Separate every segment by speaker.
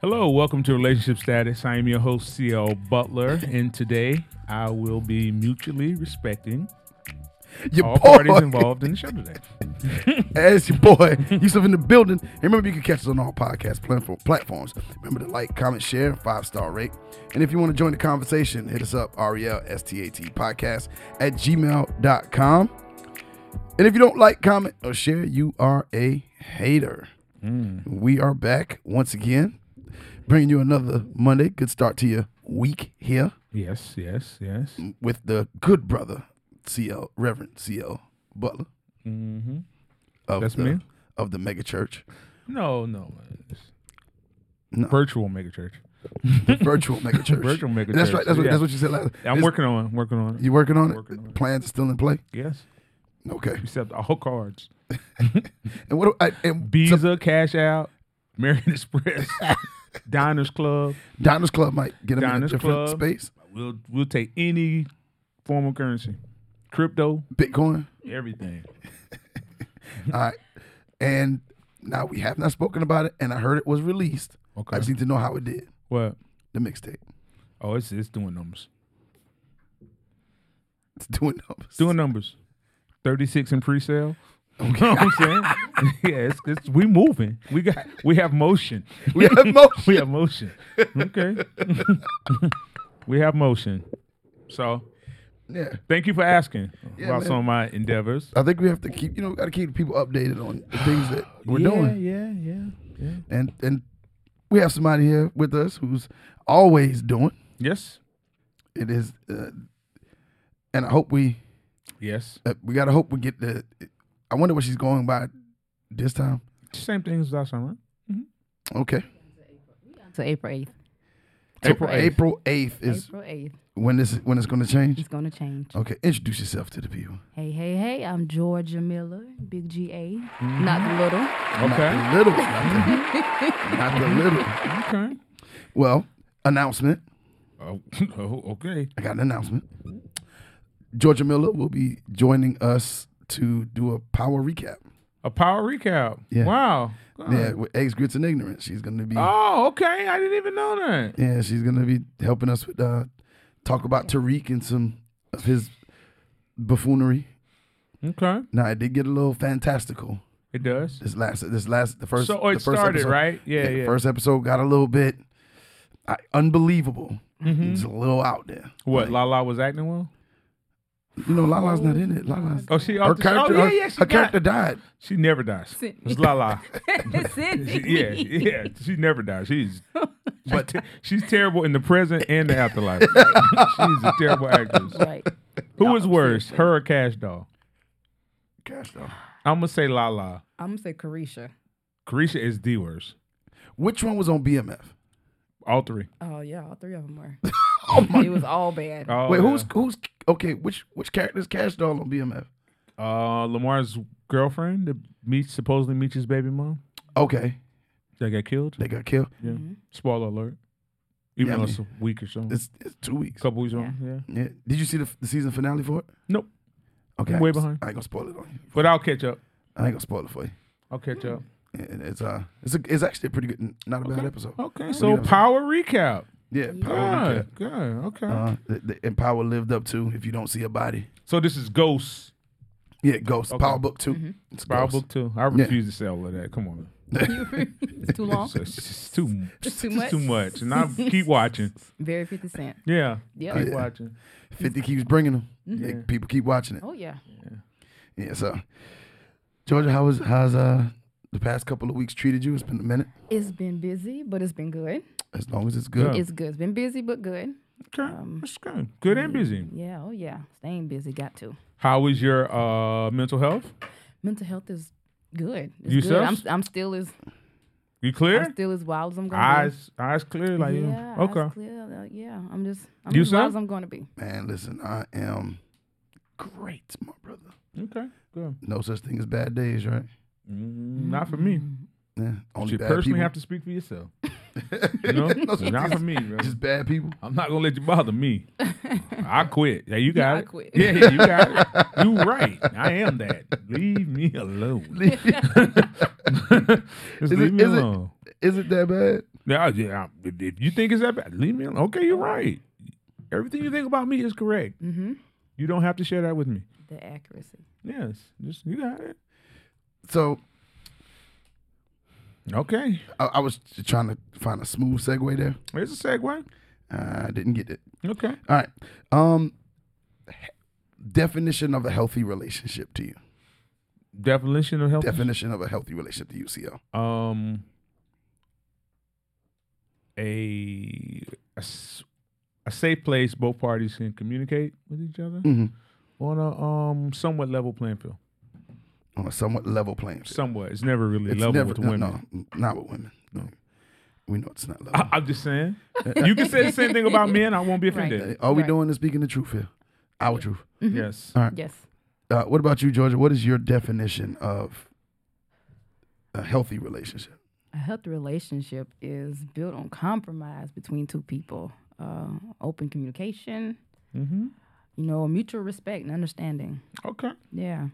Speaker 1: Hello, welcome to Relationship Status. I am your host, CL Butler, and today I will be mutually respecting
Speaker 2: Your
Speaker 1: all
Speaker 2: boy,
Speaker 1: parties involved in the show today.
Speaker 2: As your boy, Yusuf in the building. And remember, you can catch us on all podcast platform, platforms. Remember to like, comment, share, five star rate. And if you want to join the conversation, hit us up, E REL STAT podcast at gmail.com. And if you don't like, comment, or share, you are a hater. We are back once again, bringing you another Monday. Good start to your week here
Speaker 1: Yes, yes, yes.
Speaker 2: with the good brother, CL, Reverend CL Butler
Speaker 1: hmm
Speaker 2: of
Speaker 1: That's
Speaker 2: the
Speaker 1: me?
Speaker 2: of the mega church,
Speaker 1: No, no. man. It's
Speaker 2: No.
Speaker 1: Virtual megachurch.
Speaker 2: the virtual mega church.
Speaker 1: Virtual megachurch.
Speaker 2: That's right. That's what,
Speaker 1: yeah.
Speaker 2: that's what you said last.
Speaker 1: I'm
Speaker 2: It's-
Speaker 1: working on. Working on.
Speaker 2: You working on it?
Speaker 1: Working on it.
Speaker 2: Plans are still in play.
Speaker 1: Yes,
Speaker 2: Okay.
Speaker 1: except all cards.
Speaker 2: And what? do I, and
Speaker 1: Visa,
Speaker 2: so,
Speaker 1: Cash Out, American Express, Diners Club.
Speaker 2: Diners Club might get them in a
Speaker 1: Diners
Speaker 2: different
Speaker 1: Club.
Speaker 2: space.
Speaker 1: We'll we'll take any form of currency, crypto,
Speaker 2: Bitcoin.
Speaker 1: everything.
Speaker 2: All right. And now we have not spoken about it, and I heard it was released.
Speaker 1: Okay.
Speaker 2: I just need to know how it did.
Speaker 1: What?
Speaker 2: The mixtape.
Speaker 1: Oh, it's it's doing numbers.
Speaker 2: It's doing numbers.
Speaker 1: Doing numbers. Thirty six in pre sale. You know what I'm saying? yeah, it's, it's we moving. We got we have motion.
Speaker 2: we have mo-
Speaker 1: We have motion. Okay. we have motion. So
Speaker 2: Yeah.
Speaker 1: thank you for asking
Speaker 2: Yeah,
Speaker 1: about
Speaker 2: man.
Speaker 1: some of my endeavors.
Speaker 2: I think we have to keep. You know, we got to keep people updated on the things that we're
Speaker 1: yeah,
Speaker 2: doing.
Speaker 1: Yeah, yeah, yeah.
Speaker 2: and and we have somebody here with us who's always doing
Speaker 1: Yes.
Speaker 2: it is uh, and i hope we
Speaker 1: Yes.
Speaker 2: uh, we gotta hope we get the i wonder what she's going by this time
Speaker 1: Same thing as last time, right?
Speaker 2: okay
Speaker 3: to April 8th.
Speaker 2: So
Speaker 1: April 8th.
Speaker 2: april 8th is
Speaker 3: April 8th.
Speaker 2: when this when it's gonna change
Speaker 3: It's going to change.
Speaker 2: okay introduce yourself to the people
Speaker 3: Hey, hey, hey. I'm Georgia Miller, Big G-A,
Speaker 1: Mm-hmm.
Speaker 3: not the little.
Speaker 1: Okay.
Speaker 2: not the little not the, not the little
Speaker 1: Okay.
Speaker 2: well announcement
Speaker 1: Oh, oh, okay.
Speaker 2: i got an announcement georgia miller will be joining us to do a power recap
Speaker 1: A power recap.
Speaker 2: Yeah.
Speaker 1: Wow. God.
Speaker 2: yeah with eggs grits and ignorance she's gonna be
Speaker 1: Oh, okay. I didn't even know that.
Speaker 2: Yeah, she's gonna be helping us with uh, talk about Tariq and some of his buffoonery.
Speaker 1: Okay.
Speaker 2: Now it did get a little fantastical
Speaker 1: It does.
Speaker 2: this last this last the first.
Speaker 1: so oh,
Speaker 2: the
Speaker 1: it
Speaker 2: first
Speaker 1: started,
Speaker 2: episode-
Speaker 1: right? Yeah,
Speaker 2: the
Speaker 1: yeah.
Speaker 2: First episode got a little bit uh, unbelievable. It's a little out there.
Speaker 1: Mm-hmm. What? Lala was acting well?
Speaker 2: You know, Lala's not in it. Lala's
Speaker 1: Oh, she
Speaker 2: her
Speaker 1: off the show.
Speaker 2: character.
Speaker 1: Oh, yeah,
Speaker 2: her-
Speaker 1: yeah. She,
Speaker 2: her
Speaker 1: got-
Speaker 2: character died.
Speaker 1: she never dies.
Speaker 3: Sydney.
Speaker 1: It's Lala. She-
Speaker 3: Sydney.
Speaker 1: yeah, yeah. She never dies. She's but te- she's terrible in the present and the afterlife. she's a terrible actress.
Speaker 3: Right.
Speaker 1: Who is worse, her or Cash Doll?
Speaker 2: Gosh, though.
Speaker 1: I'm gonna say Lala.
Speaker 3: I'm going to say Carisha.
Speaker 1: Carisha is the worst.
Speaker 2: Which one was on BMF?
Speaker 1: All three.
Speaker 3: Oh, yeah. All three of them were. It was all bad.
Speaker 1: Oh,
Speaker 2: Wait,
Speaker 1: yeah.
Speaker 2: who's who's okay? Which which character's Cash Doll on BMF?
Speaker 1: uh, Lamar's girlfriend that meets supposedly meets his baby mom
Speaker 2: Okay,
Speaker 1: that got killed?
Speaker 2: they got killed.
Speaker 1: Yeah.
Speaker 3: Mm-hmm.
Speaker 1: Spoiler alert. Even
Speaker 2: Yeah, I
Speaker 1: though
Speaker 2: mean,
Speaker 1: it's a week or so.
Speaker 2: It's it's two weeks.
Speaker 1: couple weeks on. Yeah.
Speaker 2: Yeah. Did you see the, the season finale for it?
Speaker 1: Nope.
Speaker 2: Okay.
Speaker 1: I'm way
Speaker 2: I ain't gonna-
Speaker 1: behind.
Speaker 2: I ain't gonna spoil it on you.
Speaker 1: But I'll catch up.
Speaker 2: I ain't gonna spoil it for you.
Speaker 1: I'll catch up.
Speaker 2: It- it's uh, it's a, it's actually a pretty good, n- not a bad episode.
Speaker 1: Okay.
Speaker 2: you
Speaker 1: So
Speaker 2: know.
Speaker 1: power recap.
Speaker 2: Yeah. Power.
Speaker 1: Good. Good. Okay.
Speaker 2: Uh, the, the, and Power lived up to. If you don't see a body,
Speaker 1: so this is Ghost.
Speaker 2: yeah, Ghost.
Speaker 1: Okay. Mm-hmm.
Speaker 2: Power Book 2
Speaker 3: Mm-hmm.
Speaker 2: It's
Speaker 1: Power
Speaker 2: Ghost.
Speaker 1: book two. I refuse to sell all that. Come on.
Speaker 3: it's too long.
Speaker 1: It's, it's just too.
Speaker 3: It's too
Speaker 1: it's
Speaker 3: much.
Speaker 1: too much. And I keep watching.
Speaker 3: Very 50 Cent.
Speaker 1: Yeah.
Speaker 3: Yep.
Speaker 1: Keep watching.
Speaker 2: Fifty keeps bringing them. Yeah, people keep watching it.
Speaker 3: Oh, yeah.
Speaker 2: Yeah. So, Georgia, how was how's uh the past couple of weeks treated you? It's been a minute.
Speaker 3: It's been busy, but it's been good.
Speaker 2: As long as it's good.
Speaker 1: Yeah.
Speaker 3: It's good. It's been busy, but good. Um,
Speaker 1: Okay.
Speaker 3: Uh-huh.
Speaker 1: That's good. Good and busy.
Speaker 3: Yeah. Oh, yeah. Staying busy. Got to.
Speaker 1: How is your uh, mental health?
Speaker 3: Mental health is good. It's
Speaker 1: You
Speaker 3: good.
Speaker 1: self?
Speaker 3: I'm, I'm still as
Speaker 1: You
Speaker 3: I'm
Speaker 1: clear?
Speaker 3: still as wild as I'm going to be.
Speaker 1: Eyes, eyes clear. Like
Speaker 3: yeah, eyes
Speaker 1: okay.
Speaker 3: clear, uh, yeah, I'm just, I'm
Speaker 1: You
Speaker 3: as wild
Speaker 1: sir?
Speaker 3: as I'm going to be.
Speaker 2: Man, listen, I am great, my brother.
Speaker 1: Okay. Good.
Speaker 2: No such thing as bad days, right?
Speaker 1: Mm, Not for me.
Speaker 2: Yeah.
Speaker 1: You
Speaker 2: Only
Speaker 3: Mm-hmm.
Speaker 1: should
Speaker 2: bad
Speaker 1: personally
Speaker 2: people.
Speaker 1: have to speak for yourself. You know?
Speaker 2: No,
Speaker 1: Not for me, man.
Speaker 2: Just bad people.
Speaker 1: I'm not gonna let you bother me. I quit. Yeah, you got
Speaker 3: I
Speaker 1: it.
Speaker 3: quit.
Speaker 1: Yeah, yeah, you got it. You right. I am that. Leave me alone.
Speaker 2: is,
Speaker 1: Just leave
Speaker 2: it,
Speaker 1: me
Speaker 2: is, it,
Speaker 1: alone.
Speaker 2: is it that bad?
Speaker 1: Yeah, I- yeah. I- If, if you think it's that bad, leave me alone. Okay, you're right. Everything you think about me is correct.
Speaker 3: Mm-hmm.
Speaker 1: You don't have to share that with me.
Speaker 3: The accuracy.
Speaker 1: Yes, just you got it.
Speaker 2: So
Speaker 1: Okay,
Speaker 2: I, I was trying to find a smooth segue there.
Speaker 1: there's a segue.
Speaker 2: I didn't get it.
Speaker 1: Okay,
Speaker 2: All right. Um, he- definition of a healthy relationship to you.
Speaker 1: definition of health.
Speaker 2: Definition of a healthy relationship to you, CL.
Speaker 1: um, a, a s- a safe place both parties can communicate with each other
Speaker 3: Mm.
Speaker 2: Mm-hmm.
Speaker 1: on a um somewhat level playing field.
Speaker 2: On a somewhat level playing field.
Speaker 1: Somewhat, it's never really level with women.
Speaker 2: No, no, not with women. No. We know it's not level.
Speaker 1: I, I'm just saying. You can say the same thing about men. I won't be
Speaker 3: Right.
Speaker 1: offended.
Speaker 2: Uh, All we
Speaker 3: Right.
Speaker 2: doing is speaking the truth here. Our truth.
Speaker 1: Yes.
Speaker 3: Mm-hmm. Yes.
Speaker 2: Uh, what about you, Georgia? What is your definition of a healthy relationship?
Speaker 3: A healthy relationship is built on compromise between two people, uh, open communication,
Speaker 1: Mm-hmm.
Speaker 3: you know, mutual respect and understanding.
Speaker 1: Okay.
Speaker 3: Yeah.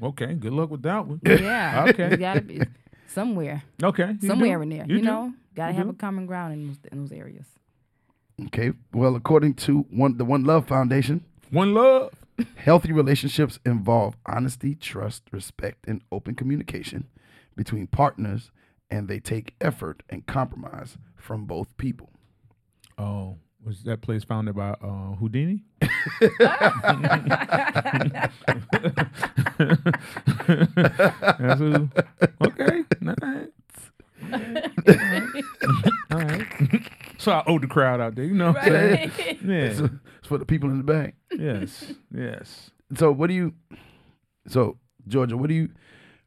Speaker 1: Okay. Good luck with that one.
Speaker 3: Yeah.
Speaker 1: Okay.
Speaker 3: It's got to be somewhere,
Speaker 1: Okay. you
Speaker 3: somewhere
Speaker 1: do.
Speaker 3: in there.
Speaker 1: You
Speaker 3: You,
Speaker 1: do.
Speaker 3: know, got to
Speaker 1: You
Speaker 3: have
Speaker 1: do.
Speaker 3: a common ground in those, in those areas.
Speaker 2: Okay. Well, according to one the One Love Foundation,
Speaker 1: One love.
Speaker 2: healthy relationships involve honesty, trust, respect, and open communication between partners, and they take effort and compromise from both people.
Speaker 1: Oh, was that place founded by uh, Houdini? That's who. Okay. All right. All right. so I owe the crowd out there. You know what I'm saying?
Speaker 2: It's,
Speaker 1: Yeah.
Speaker 2: it's for the people in the back.
Speaker 1: yes. Yes.
Speaker 2: So, what do you? So, Georgia, what do you?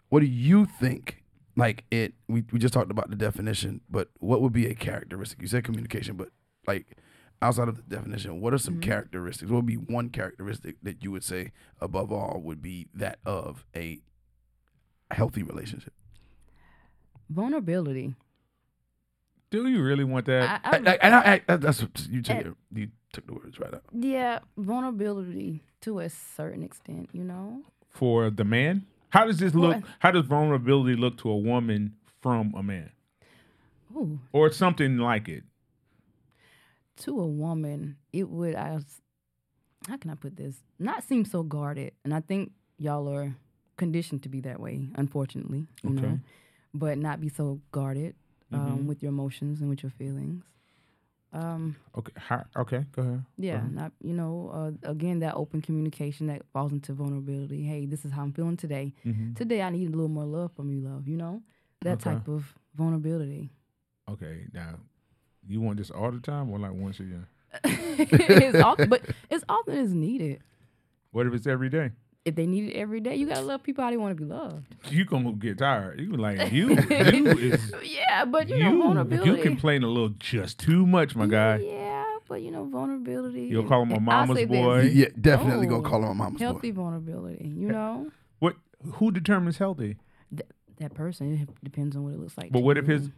Speaker 2: What do you think? Like it, we, we just talked about the definition, but what would be a characteristic? You said communication, but like outside of the definition, what are some
Speaker 3: Mm-hmm.
Speaker 2: characteristics? What would be one characteristic that you would say above all would be that of a healthy relationship?
Speaker 3: Vulnerability.
Speaker 1: Do you really want that?
Speaker 3: I, I
Speaker 2: I, I, and I, I- that- that's what you took. your- You took the words right out.
Speaker 3: Yeah, vulnerability to a certain extent, you know.
Speaker 1: for the man? How does this look?
Speaker 3: Well-
Speaker 1: How does vulnerability look to a woman from a man
Speaker 3: Ooh,
Speaker 1: or something like it?
Speaker 3: to a woman, it would I was, how can I put this? Not seem so guarded, and I think y'all are conditioned to be that way, unfortunately, you
Speaker 1: Okay.
Speaker 3: know. But not be so guarded um,
Speaker 1: Mhm.
Speaker 3: with your emotions and with your feelings. Um,
Speaker 1: Okay. How, okay. Go ahead.
Speaker 3: Yeah,
Speaker 1: Mhm.
Speaker 3: not you know, uh, again that open communication that falls into vulnerability. Hey, this is how I'm feeling today.
Speaker 1: Mhm.
Speaker 3: Today I need a little more love from you, love. You know, that
Speaker 1: Okay.
Speaker 3: type of vulnerability.
Speaker 1: Okay. Now, you want this all the time or like once a year?
Speaker 3: it's often, but it's often is needed.
Speaker 1: What if it's every day?
Speaker 3: If they need it every day, you gotta love people how they want to be loved.
Speaker 1: You gonna get tired. You like you. you is
Speaker 3: Yeah, but you,
Speaker 1: you.
Speaker 3: know,
Speaker 1: you
Speaker 3: vulnerability.
Speaker 1: complain a little just too much, my guy.
Speaker 3: Yeah, but you know, vulnerability.
Speaker 1: You'll call him a
Speaker 3: I'll
Speaker 1: mama's
Speaker 3: say this,
Speaker 1: boy. Right.
Speaker 2: Yeah, definitely
Speaker 3: Oh,
Speaker 2: gonna call him my mama's boy.
Speaker 3: Healthy vulnerability. You know,
Speaker 1: What? Who determines healthy?
Speaker 3: Th- that person it depends on what it looks like.
Speaker 1: But
Speaker 3: to
Speaker 1: what if
Speaker 3: you.
Speaker 1: his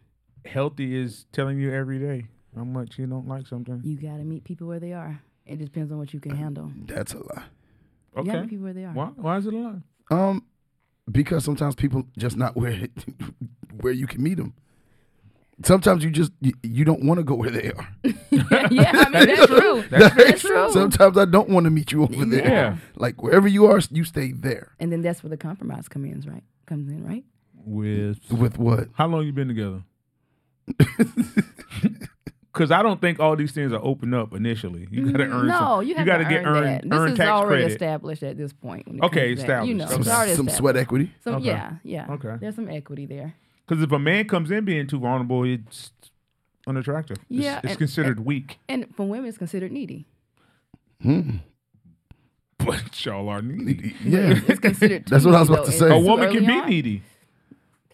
Speaker 1: healthy is telling you every day how much you don't like something?
Speaker 3: You gotta meet people where they are. It depends on what you can handle.
Speaker 2: That's a lie.
Speaker 3: You gotta
Speaker 1: Okay.
Speaker 3: meet people where they are.
Speaker 1: Why? Why is it a lie?
Speaker 2: Um, because sometimes people just not where where you can meet them. Sometimes you just you, you don't want to go where they are.
Speaker 3: yeah, I mean that's true.
Speaker 1: That's-
Speaker 3: That's true.
Speaker 2: Sometimes I don't want to meet you over there.
Speaker 1: Yeah.
Speaker 2: Like wherever you are, you stay there.
Speaker 3: And then that's where the compromise comes in, right? Comes in, right?
Speaker 1: With
Speaker 2: With what?
Speaker 1: How long you been together? Because I don't think all these things are open up initially. You gotta earn.
Speaker 3: Mm, No,
Speaker 1: some,
Speaker 3: you have
Speaker 1: gotta
Speaker 3: to
Speaker 1: get
Speaker 3: earn
Speaker 1: earn,
Speaker 3: that. This
Speaker 1: earn
Speaker 3: is
Speaker 1: tax
Speaker 3: already
Speaker 1: credit.
Speaker 3: established at this point. when it
Speaker 1: Okay,
Speaker 3: comes to that. You know,
Speaker 1: established.
Speaker 2: Some,
Speaker 3: it's already
Speaker 2: some
Speaker 3: established.
Speaker 2: sweat equity.
Speaker 3: Some,
Speaker 1: Okay.
Speaker 3: Yeah, yeah.
Speaker 1: Okay.
Speaker 3: There's some equity there.
Speaker 1: Because if a man comes in being too vulnerable, it's unattractive. It's-
Speaker 3: Yeah,
Speaker 1: it's,
Speaker 3: and-
Speaker 1: considered weak.
Speaker 3: And for women, it's considered needy.
Speaker 1: But y'all are needy.
Speaker 2: Hmm. Yeah.
Speaker 3: It's considered.
Speaker 2: That's
Speaker 3: too
Speaker 2: what I was
Speaker 3: needy,
Speaker 2: about
Speaker 3: though.
Speaker 2: to say.
Speaker 1: A
Speaker 3: It's too
Speaker 1: woman can
Speaker 3: early
Speaker 1: be
Speaker 3: on.
Speaker 1: needy.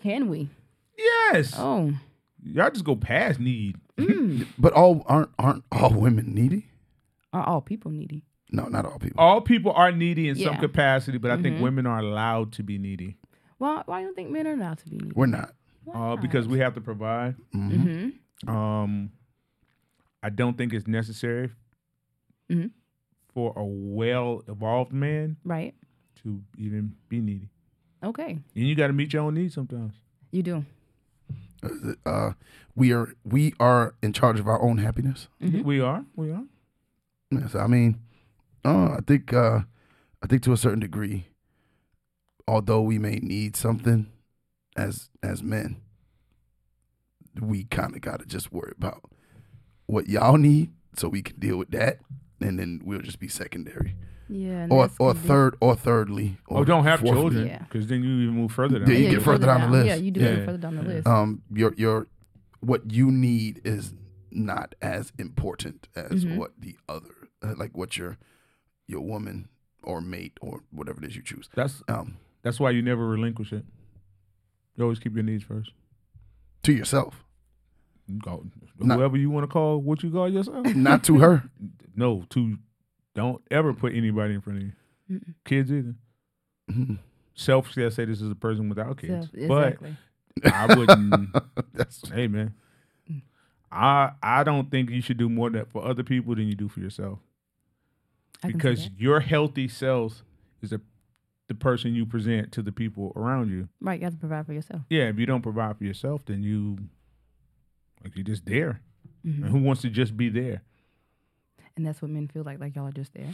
Speaker 3: Can we?
Speaker 1: Yes.
Speaker 3: Oh, hmm.
Speaker 1: Y'all just go past need.
Speaker 2: But all aren't aren't all women needy?
Speaker 3: are all people needy?
Speaker 2: No, not all people.
Speaker 1: All people are needy in some
Speaker 3: Yeah. Mm-hmm.
Speaker 1: capacity, but I think women are allowed to be needy
Speaker 3: Why? Why do you think men are allowed to be needy?
Speaker 2: We're not.
Speaker 1: uh, because we have to provide.
Speaker 3: Mm-hmm.
Speaker 1: Um, I don't think it's necessary
Speaker 3: Mhm.
Speaker 1: for a well evolved man
Speaker 3: Right.
Speaker 1: to even be needy.
Speaker 3: Okay.
Speaker 1: And you got to meet your own needs sometimes.
Speaker 3: You do.
Speaker 2: Uh, we are we are in charge of our own happiness.
Speaker 3: Mm-hmm.
Speaker 1: We are. We are.
Speaker 2: Yeah, so I mean, uh, I think uh, I think to a certain degree, although we may need something as as men, we kind of gotta just worry about what y'all need so we can deal with that, and then we'll just be secondary
Speaker 1: Mm-hmm.
Speaker 3: Yeah. and
Speaker 2: or
Speaker 3: that's
Speaker 2: or
Speaker 3: gonna be-
Speaker 2: third or thirdly. Or
Speaker 1: Oh, don't have
Speaker 2: fourthly.
Speaker 1: children
Speaker 3: Yeah.
Speaker 1: because then you even move further down.
Speaker 2: Yeah, you
Speaker 1: the
Speaker 2: get
Speaker 3: you're
Speaker 1: list.
Speaker 2: further down the list.
Speaker 3: Yeah, you do
Speaker 1: Yeah.
Speaker 3: get further down the
Speaker 1: Yeah.
Speaker 3: list.
Speaker 2: Um, your your what you need is not as important as
Speaker 3: Mhm.
Speaker 2: what the other uh, like what your your woman or mate or whatever it is you choose.
Speaker 1: That's
Speaker 2: um,
Speaker 1: that's why you never relinquish it. You always keep your needs first.
Speaker 2: to yourself,
Speaker 1: You call-
Speaker 2: Nah.
Speaker 1: whoever you want to call, what you call yourself.
Speaker 2: not to her.
Speaker 1: no, to don't ever put anybody in front of you.
Speaker 3: Mm-mm.
Speaker 1: Kids either.
Speaker 2: Mhm.
Speaker 1: Selfishly, I say this is a person without
Speaker 3: So,
Speaker 1: kids, but
Speaker 3: exactly.
Speaker 1: I wouldn't.
Speaker 2: That's
Speaker 1: hey, man,
Speaker 3: Mm.
Speaker 1: I I don't think you should do more that for other people than you do for yourself
Speaker 3: I can see
Speaker 1: because
Speaker 3: that.
Speaker 1: your healthy self is a, the person you present to the people around you.
Speaker 3: right, you have to provide for yourself.
Speaker 1: Yeah, if you don't provide for yourself, then you like you just there.
Speaker 3: Mhm.
Speaker 1: And who wants to just be there?
Speaker 3: And that's what men feel like, like y'all are just there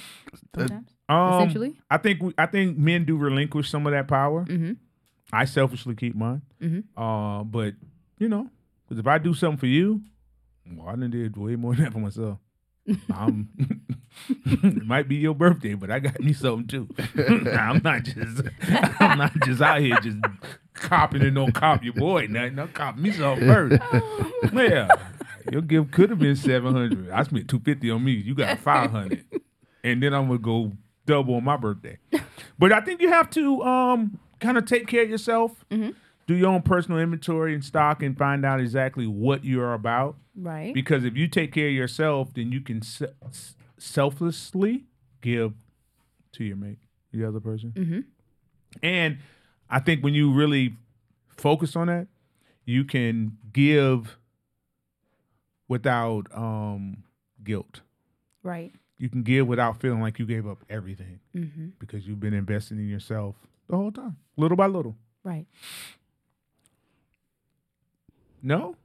Speaker 3: sometimes.
Speaker 1: Um,
Speaker 3: Essentially.
Speaker 1: I think we, I think men do relinquish some of that power.
Speaker 3: Mm-hmm.
Speaker 1: I selfishly keep mine.
Speaker 3: Mm-hmm.
Speaker 1: Uh, but you know, 'cause if I do something for you, well, I done did way more than that for myself. I'm, it might be your birthday, but I got me something too. I'm not just, I'm not just out here just copping and don't cop your boy nothing. I'll cop me something first. yeah, your gift could have been seven hundred. I spent two fifty on me. You got five hundred, and then I'm gonna go double on my birthday. But I think you have to um kind of take care of yourself. Do your own personal inventory and stock, and find out exactly what you are about.
Speaker 3: Right.
Speaker 1: Because if you take care of yourself, then you can se- s- selflessly give to your mate, the other person. Mm-hmm. And I think when you really focus on that, you can give without um, guilt.
Speaker 3: right.
Speaker 1: You can give without feeling like you gave up everything
Speaker 3: Mm-hmm.
Speaker 1: because you've been investing in yourself the whole time, little by little.
Speaker 3: Right.
Speaker 1: No?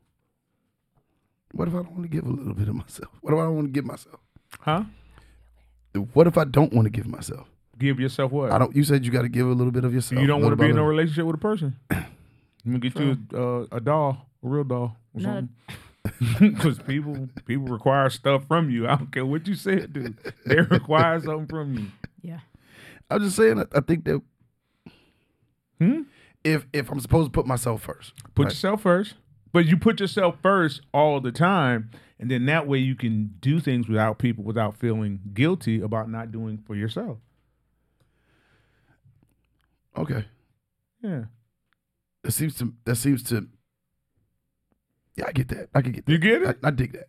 Speaker 2: what if I don't want to give a little bit of myself? What if I don't want to give myself?
Speaker 1: Huh?
Speaker 2: What if I don't want to give myself?
Speaker 1: Give yourself what?
Speaker 2: I don't. You said you got to give a little bit of yourself.
Speaker 1: you don't want to
Speaker 2: little
Speaker 1: be in
Speaker 2: by
Speaker 1: a
Speaker 2: little.
Speaker 1: relationship with a person. I'm gonna get you a, uh, a doll, a real doll, or
Speaker 3: Not a-
Speaker 1: something. Because people people require stuff from you. I don't care what you say, dude. They require something from you.
Speaker 3: Yeah.
Speaker 2: I'm just saying. I, I think that
Speaker 1: Hmm?
Speaker 2: if if I'm supposed to put myself first,
Speaker 1: Put
Speaker 2: right?
Speaker 1: yourself first, but you put yourself first all the time, and then that way you can do things without people without feeling guilty about not doing for yourself.
Speaker 2: okay,
Speaker 1: Yeah,
Speaker 2: that seems to that seems to. Yeah, I get that. I can get that.
Speaker 1: you get it.
Speaker 2: I, I dig that.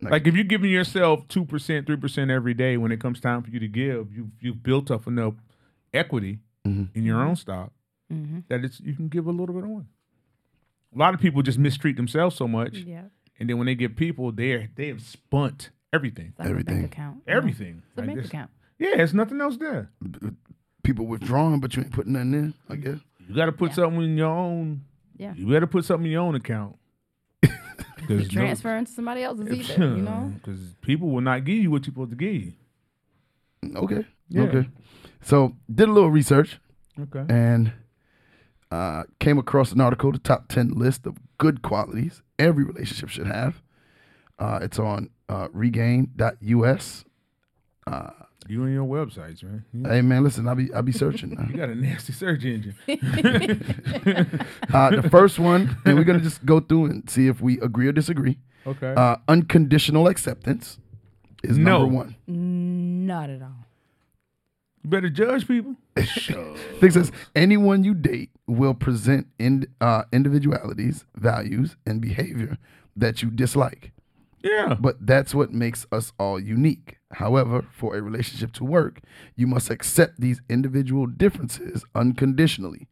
Speaker 1: Like if you're giving yourself two percent, three percent every day, when it comes time for you to give, you you've built up enough equity
Speaker 2: Mhm.
Speaker 1: in your own stock
Speaker 3: Mm-hmm.
Speaker 1: that it's you can give a little bit on. A lot of people just mistreat themselves so much,
Speaker 3: Yeah.
Speaker 1: and then when they give people, they are they have spunt everything,
Speaker 3: It's like a
Speaker 2: Everything.
Speaker 3: bank account. you know.
Speaker 1: everything.
Speaker 3: It's a
Speaker 1: Like
Speaker 3: bank
Speaker 1: this-
Speaker 3: account.
Speaker 1: Yeah, there's nothing else there.
Speaker 2: People withdrawing, but you ain't putting nothing in. I guess.
Speaker 1: You got to put
Speaker 3: Yeah.
Speaker 1: something in your own.
Speaker 3: Yeah.
Speaker 1: You better put something in your own account. 'Cause no-
Speaker 3: Transferring to somebody else's either, you know?
Speaker 1: 'Cause people will not give you what you're supposed to give you.
Speaker 2: Okay.
Speaker 1: Yeah.
Speaker 2: Okay. So did a little research.
Speaker 1: Okay.
Speaker 2: and uh, came across an article, the top 10 list of good qualities every relationship should have. Uh, it's on uh, regain.us. Uh,
Speaker 1: You and your websites, man. You-
Speaker 2: hey, man, listen, I'll be, I'll be searching.
Speaker 1: You
Speaker 2: Now.
Speaker 1: got a nasty search engine.
Speaker 2: Uh, the first one, and we're going to just go through and see if we agree or disagree.
Speaker 1: Okay.
Speaker 2: Uh, unconditional acceptance is
Speaker 1: No.
Speaker 2: number one.
Speaker 3: Not at all.
Speaker 1: you better judge people.
Speaker 2: Thing says, anyone you date will present in, uh, individualities, values, and behavior that you dislike.
Speaker 1: Yeah.
Speaker 2: But that's what makes us all unique. However, for a relationship to work, you must accept these individual differences unconditionally.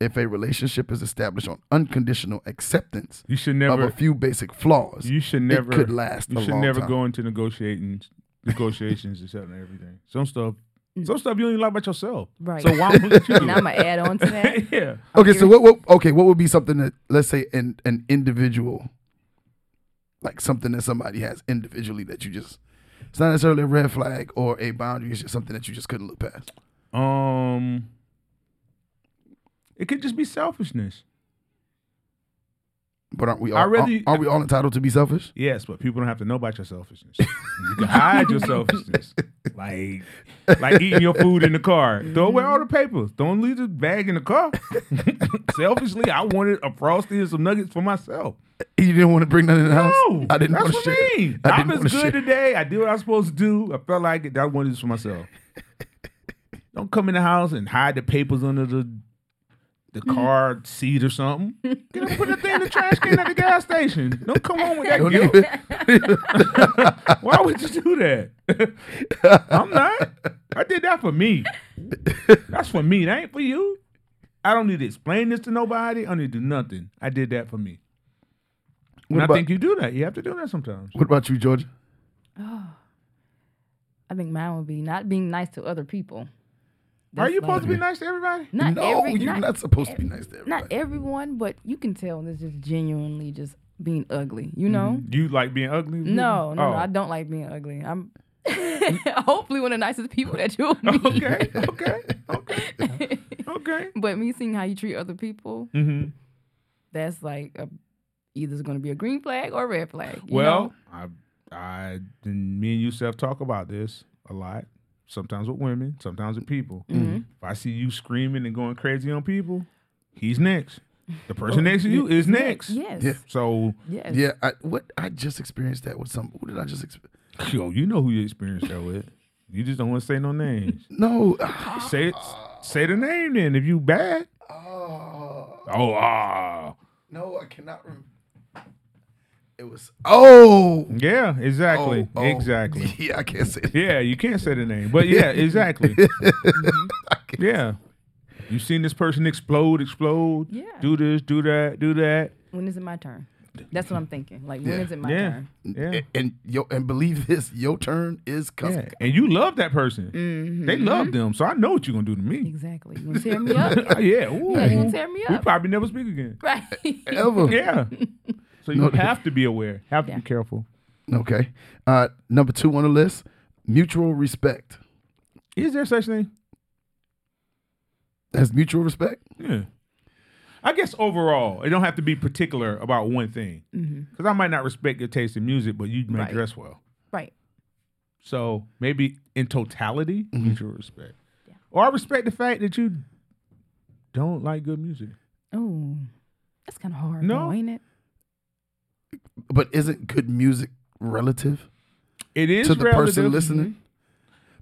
Speaker 2: if a relationship is established on unconditional acceptance
Speaker 1: You should
Speaker 2: of
Speaker 1: never.
Speaker 2: a few basic flaws,
Speaker 1: You should never.
Speaker 2: it could last
Speaker 1: You
Speaker 2: a
Speaker 1: should
Speaker 2: long
Speaker 1: never
Speaker 2: time.
Speaker 1: go into negotiating negotiations and selling everything. Some stuff. Some stuff you don't even like about yourself.
Speaker 3: Right.
Speaker 1: So why would you do
Speaker 3: and I'm gonna add on to that.
Speaker 1: it? yeah.
Speaker 2: okay, so what, what? Okay, what would be something that let's say an an individual, like something that somebody has individually that you just. It's not necessarily a red flag or a boundary. It's just something that you just couldn't look past.
Speaker 1: Um. It could just be selfishness.
Speaker 2: But aren't we
Speaker 1: I
Speaker 2: all?
Speaker 1: really-
Speaker 2: aren't- aren't we all entitled to be selfish?
Speaker 1: Yes, but people don't have to know about your selfishness. you can hide your selfishness, like like eating your food in the car. Throw away all the papers. Don't leave the bag in the car. Selfishly, I wanted a frosty and some nuggets for myself.
Speaker 2: You didn't want to bring none in the house.
Speaker 1: No,
Speaker 2: I didn't
Speaker 1: That's
Speaker 2: want
Speaker 1: what
Speaker 2: to share.
Speaker 1: I mean.
Speaker 2: I
Speaker 1: I
Speaker 2: didn't
Speaker 1: am
Speaker 2: wanna
Speaker 1: as good
Speaker 2: share.
Speaker 1: today. I did what I was supposed to do. I felt like it. I wanted this for myself. Don't come in the house and hide the papers under the the car seat or something. Get up, put the thing in the trash can at the gas station. Don't come home with that
Speaker 2: Don't
Speaker 1: guilt.
Speaker 2: even-
Speaker 1: Why would you do that? I'm not. I did that for me. That's for me. That ain't for you. I don't need to explain this to nobody. I don't need to do nothing. I did that for me.
Speaker 2: What
Speaker 1: and
Speaker 2: about-
Speaker 1: I think you do that. You have to do that sometimes.
Speaker 2: What about you, Georgia?
Speaker 3: Oh. I think mine would be not being nice to other people.
Speaker 1: Are you
Speaker 3: That's
Speaker 1: supposed to be
Speaker 3: like-
Speaker 1: nice to everybody?
Speaker 3: Not
Speaker 2: no,
Speaker 3: every,
Speaker 2: you're
Speaker 3: not,
Speaker 2: not, supposed to be nice to everybody.
Speaker 3: not everyone, but you can tell this is genuinely just being ugly. You know?
Speaker 2: Mm-hmm.
Speaker 1: You like being ugly?
Speaker 3: No, no,
Speaker 1: Mm-hmm. Oh. Mm-hmm.
Speaker 3: no, I don't like being ugly. I'm hopefully one of the nicest people that you'll meet.
Speaker 1: Okay, okay, Oh, okay, okay.
Speaker 3: But me seeing how you treat other people,
Speaker 1: Mm-hmm.
Speaker 3: that's like a, either it's going to be a green flag or a red flag. you
Speaker 1: Well,
Speaker 3: know?
Speaker 1: I, I, and me and Yusef talk about this a lot. Sometimes with women, sometimes with people.
Speaker 3: Mm-hmm.
Speaker 2: Mm-hmm.
Speaker 1: If I see you screaming and going crazy on people, he's next. The person next to you is next.
Speaker 3: yes,
Speaker 2: yeah.
Speaker 1: So
Speaker 3: yes.
Speaker 2: Yeah, I, what I just experienced that with some. Who did I just? Exp-
Speaker 1: yo, you know who you experienced that with. You just don't want to say no names.
Speaker 2: no.
Speaker 1: say it, say the name then if you bad.
Speaker 2: Oh
Speaker 1: Oh ah.
Speaker 2: no, I cannot remember. It was. Oh.
Speaker 1: Yeah, exactly.
Speaker 2: oh, oh.
Speaker 1: Exactly.
Speaker 2: Yeah, I can't say. It.
Speaker 1: Yeah, you can't say the name, but yeah, exactly. yeah, you've seen this person explode, explode.
Speaker 3: Yeah.
Speaker 1: do this, do that, do that.
Speaker 3: When is it my turn? That's what I'm thinking. Like, when is
Speaker 2: Yeah.
Speaker 3: it my
Speaker 1: Yeah.
Speaker 3: turn?
Speaker 1: Yeah,
Speaker 2: And yo, and believe this, your turn is coming.
Speaker 1: yeah. and you love that person.
Speaker 3: Mm-hmm.
Speaker 1: They love them, so I know what you're gonna do to me.
Speaker 3: Exactly. You gonna tear me up?
Speaker 1: Oh, yeah, ooh.
Speaker 3: Yeah, you gonna tear me
Speaker 1: we
Speaker 3: up.
Speaker 1: probably never speak again.
Speaker 3: Right.
Speaker 2: Ever.
Speaker 1: Yeah, so you
Speaker 2: Oh. No.
Speaker 1: have to be aware, have to
Speaker 3: Yeah.
Speaker 1: be careful.
Speaker 2: Okay. Uh, number two on the list: mutual respect.
Speaker 1: Is there such thing?
Speaker 2: That's mutual respect.
Speaker 1: Yeah. I guess overall, it don't have to be particular about one thing. Because I might not respect your taste in music, but you may
Speaker 3: Mm-hmm. Right.
Speaker 1: dress well.
Speaker 3: Right.
Speaker 1: So maybe in totality, mutual respect. Or I respect the fact that you don't like good music.
Speaker 3: Oh, that's kind of hard,
Speaker 1: No.
Speaker 3: though, ain't it?
Speaker 2: But isn't good music relative
Speaker 1: It is
Speaker 2: to the
Speaker 1: relative.
Speaker 2: person listening?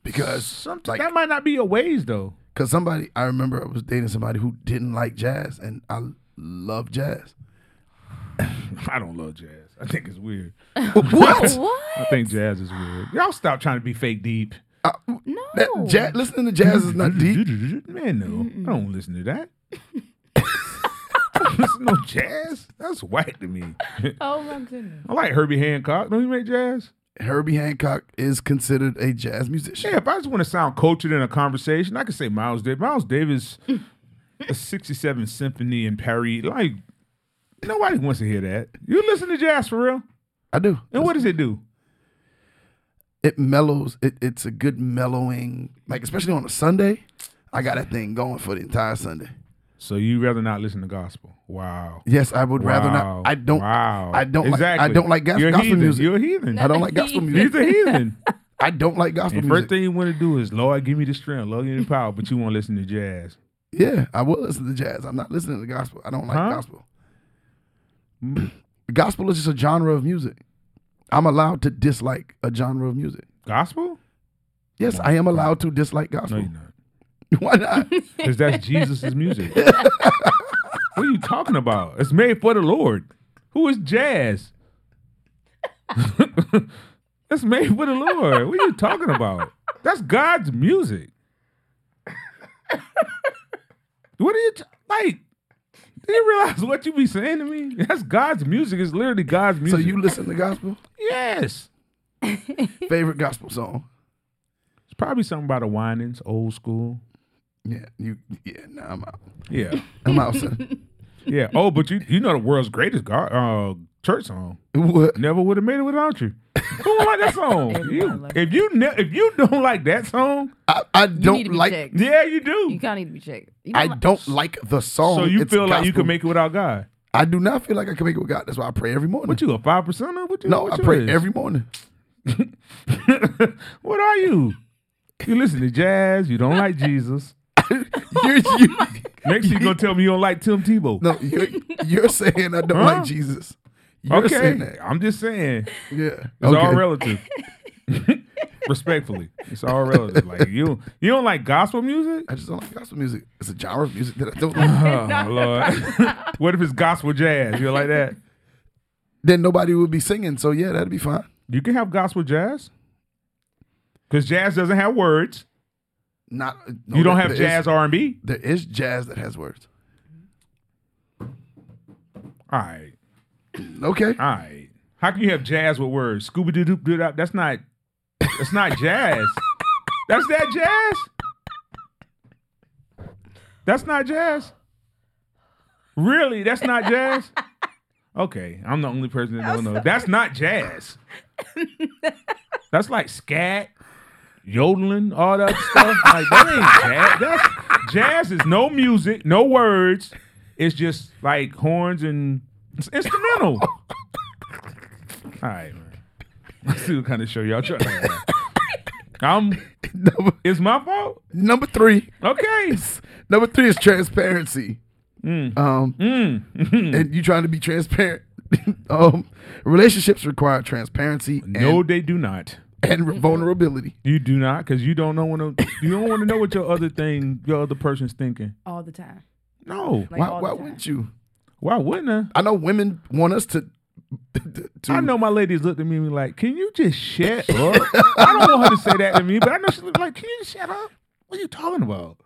Speaker 2: Because
Speaker 1: Somet-
Speaker 2: like-
Speaker 1: that might not be your ways though.
Speaker 2: Cause somebody, I remember I was dating somebody who didn't like jazz, and I love jazz.
Speaker 1: I don't love jazz. I think it's weird.
Speaker 2: what?
Speaker 1: I
Speaker 3: What?
Speaker 1: think jazz is weird. Y'all stop trying to be fake deep.
Speaker 3: No.
Speaker 2: Uh, That,
Speaker 1: Oh.
Speaker 2: ja- listening to jazz is not deep.
Speaker 1: Man, no, I don't listen to that. listen to jazz? That's whack to me.
Speaker 3: oh my goodness.
Speaker 1: I like Herbie Hancock. Don't he make jazz?
Speaker 2: Herbie Hancock is considered a jazz musician.
Speaker 1: Yeah, if I just want to sound cultured in a conversation, I could say Miles Davis. Miles Davis, the 67 Symphony in Paris. Like, nobody wants to hear that. You listen to jazz for real?
Speaker 2: I do.
Speaker 1: And what does it do?
Speaker 2: It mellows. It, it's a good mellowing, like especially on a Sunday. I got that thing going for the entire Sunday.
Speaker 1: So you rather not listen to gospel. Wow.
Speaker 2: Yes, I would rather
Speaker 1: Wow.
Speaker 2: not. I don't.
Speaker 1: Wow.
Speaker 2: I don't like- I
Speaker 1: Exactly.
Speaker 2: don't like gas-
Speaker 1: You're a
Speaker 2: gospel
Speaker 1: heathen.
Speaker 2: music.
Speaker 1: You're a heathen.
Speaker 2: I don't like gospel music.
Speaker 1: He's a heathen.
Speaker 2: I don't like gospel
Speaker 1: And
Speaker 2: music.
Speaker 1: first thing you want to do is, Lord, give me the strength, Lord, give me the power, but you want to listen to jazz.
Speaker 2: yeah, I will listen to jazz. I'm not listening to gospel. I don't like
Speaker 1: Huh?
Speaker 2: gospel. gospel is just a genre of music. I'm allowed to dislike a genre of music.
Speaker 1: Gospel?
Speaker 2: Yes, I am allowed to dislike
Speaker 1: No,
Speaker 2: gospel.
Speaker 1: you're not.
Speaker 2: Why not?
Speaker 1: Because that's Jesus' music. what are you talking about? It's made for the Lord. Who is jazz? That's made for the Lord. What are you talking about? That's God's music. What are you? T- Like, do you realize what you be saying to me? That's God's music. It's literally God's
Speaker 2: So
Speaker 1: music.
Speaker 2: you listen to gospel?
Speaker 1: yes.
Speaker 2: Favorite gospel song?
Speaker 1: It's probably something about the whinings, old school.
Speaker 2: Yeah, you. Yeah, nah, I'm out.
Speaker 1: Yeah,
Speaker 2: I'm out, son.
Speaker 1: yeah. Oh, but you you know the world's greatest God, uh, church song.
Speaker 2: What?
Speaker 1: Never would have made it without you. Who don't like that song?
Speaker 3: Everybody
Speaker 1: You,
Speaker 3: like
Speaker 1: if you ne- if you don't like that song,
Speaker 2: I, I
Speaker 3: you need to
Speaker 2: don't
Speaker 3: be
Speaker 2: like.
Speaker 3: checked.
Speaker 1: yeah, you do.
Speaker 3: You kind of need to be checked. You
Speaker 2: I
Speaker 3: like-
Speaker 2: don't like the song.
Speaker 1: so you
Speaker 2: It's
Speaker 1: feel like you
Speaker 2: gospel.
Speaker 1: can make it without God?
Speaker 2: I do not feel like I can make it with God. That's why I pray every morning.
Speaker 1: What you a five percent of? What you?
Speaker 2: no,
Speaker 1: what
Speaker 2: I
Speaker 1: you
Speaker 2: pray
Speaker 1: is?
Speaker 2: every morning.
Speaker 1: what are you? You listen to jazz. You don't like Jesus.
Speaker 2: You're,
Speaker 3: Oh
Speaker 2: you,
Speaker 1: Next, you gonna tell me you don't like Tim Tebow.
Speaker 2: no, you're, you're saying I don't
Speaker 1: Huh?
Speaker 2: like Jesus. You're saying
Speaker 1: okay,
Speaker 2: that.
Speaker 1: I'm just saying.
Speaker 2: Yeah.
Speaker 1: It's
Speaker 2: okay.
Speaker 1: all relative. Respectfully, it's all relative. Like you, you don't like gospel music.
Speaker 2: I just don't like gospel music. It's a genre of music that I don't like.
Speaker 1: Oh lord! what if it's gospel jazz? You like that?
Speaker 2: then nobody would be singing. So yeah, that'd be fine.
Speaker 1: You can have gospel jazz because jazz doesn't have words.
Speaker 2: Not no,
Speaker 1: You don't
Speaker 2: there-
Speaker 1: have
Speaker 2: there is-
Speaker 1: jazz R and B.
Speaker 2: there is jazz that has words.
Speaker 1: All right,
Speaker 2: Okay.
Speaker 1: all right. How can you have jazz with words? Scooby doo doo doo. That's not. That's not jazz. That's that jazz. That's not jazz. Really, that's not jazz. Okay, I'm the only person that don't know. That's not jazz. That's like scat, yodeling, all that stuff. Like that ain't jazz. That's, jazz is no music, no words. It's just like horns and it's instrumental. all right, man. Let's see what kind of show y'all trying to have. I'm.
Speaker 2: number,
Speaker 1: It's my fault.
Speaker 2: number three.
Speaker 1: Okay.
Speaker 2: Number three is transparency.
Speaker 1: Hmm.
Speaker 2: Um, and you trying to be transparent. um, relationships require transparency and,
Speaker 1: No, they do not.
Speaker 2: and vulnerability.
Speaker 1: You do not, because you don't know when to, you don't want to know what your other thing, your other person's thinking.
Speaker 3: all the time.
Speaker 1: No,
Speaker 3: Like
Speaker 2: why
Speaker 3: all
Speaker 2: why
Speaker 3: the time.
Speaker 2: wouldn't you?
Speaker 1: why wouldn't I?
Speaker 2: I know women want us to. to
Speaker 1: I know my ladies looked at me and was like, "Can you just shut up?" I don't want her to say that to me, but I know she looked like, "Can you just shut up? What are you talking about?"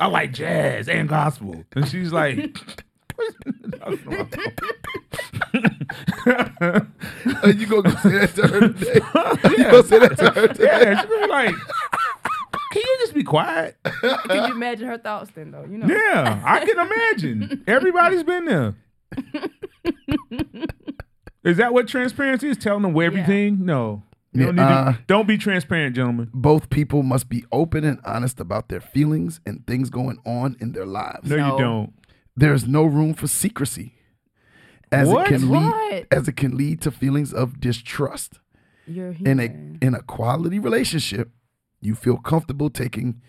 Speaker 1: I like jazz and gospel, and she's like, "What are you talking about?"
Speaker 2: you gonna go say that to her today? You
Speaker 1: Yeah.
Speaker 2: gonna say that to her today?
Speaker 1: yeah, she was like, "Can you just be quiet?"
Speaker 3: Could you imagine her thoughts then, though? You know,
Speaker 1: Yeah, I can imagine. Everybody's been there. is that what transparency is? Telling them everything? No. You don't, need
Speaker 2: Yeah, uh,
Speaker 1: to, don't be transparent, gentlemen.
Speaker 2: Both people must be open and honest about their feelings and things going on in their lives.
Speaker 1: No,
Speaker 3: No.
Speaker 1: you don't.
Speaker 2: There is no room for secrecy, as
Speaker 1: What?
Speaker 2: it can lead
Speaker 3: What?
Speaker 2: as it can lead to feelings of distrust.
Speaker 3: you're
Speaker 2: in
Speaker 3: human.
Speaker 1: Mm.
Speaker 2: a in a quality relationship, you feel comfortable taking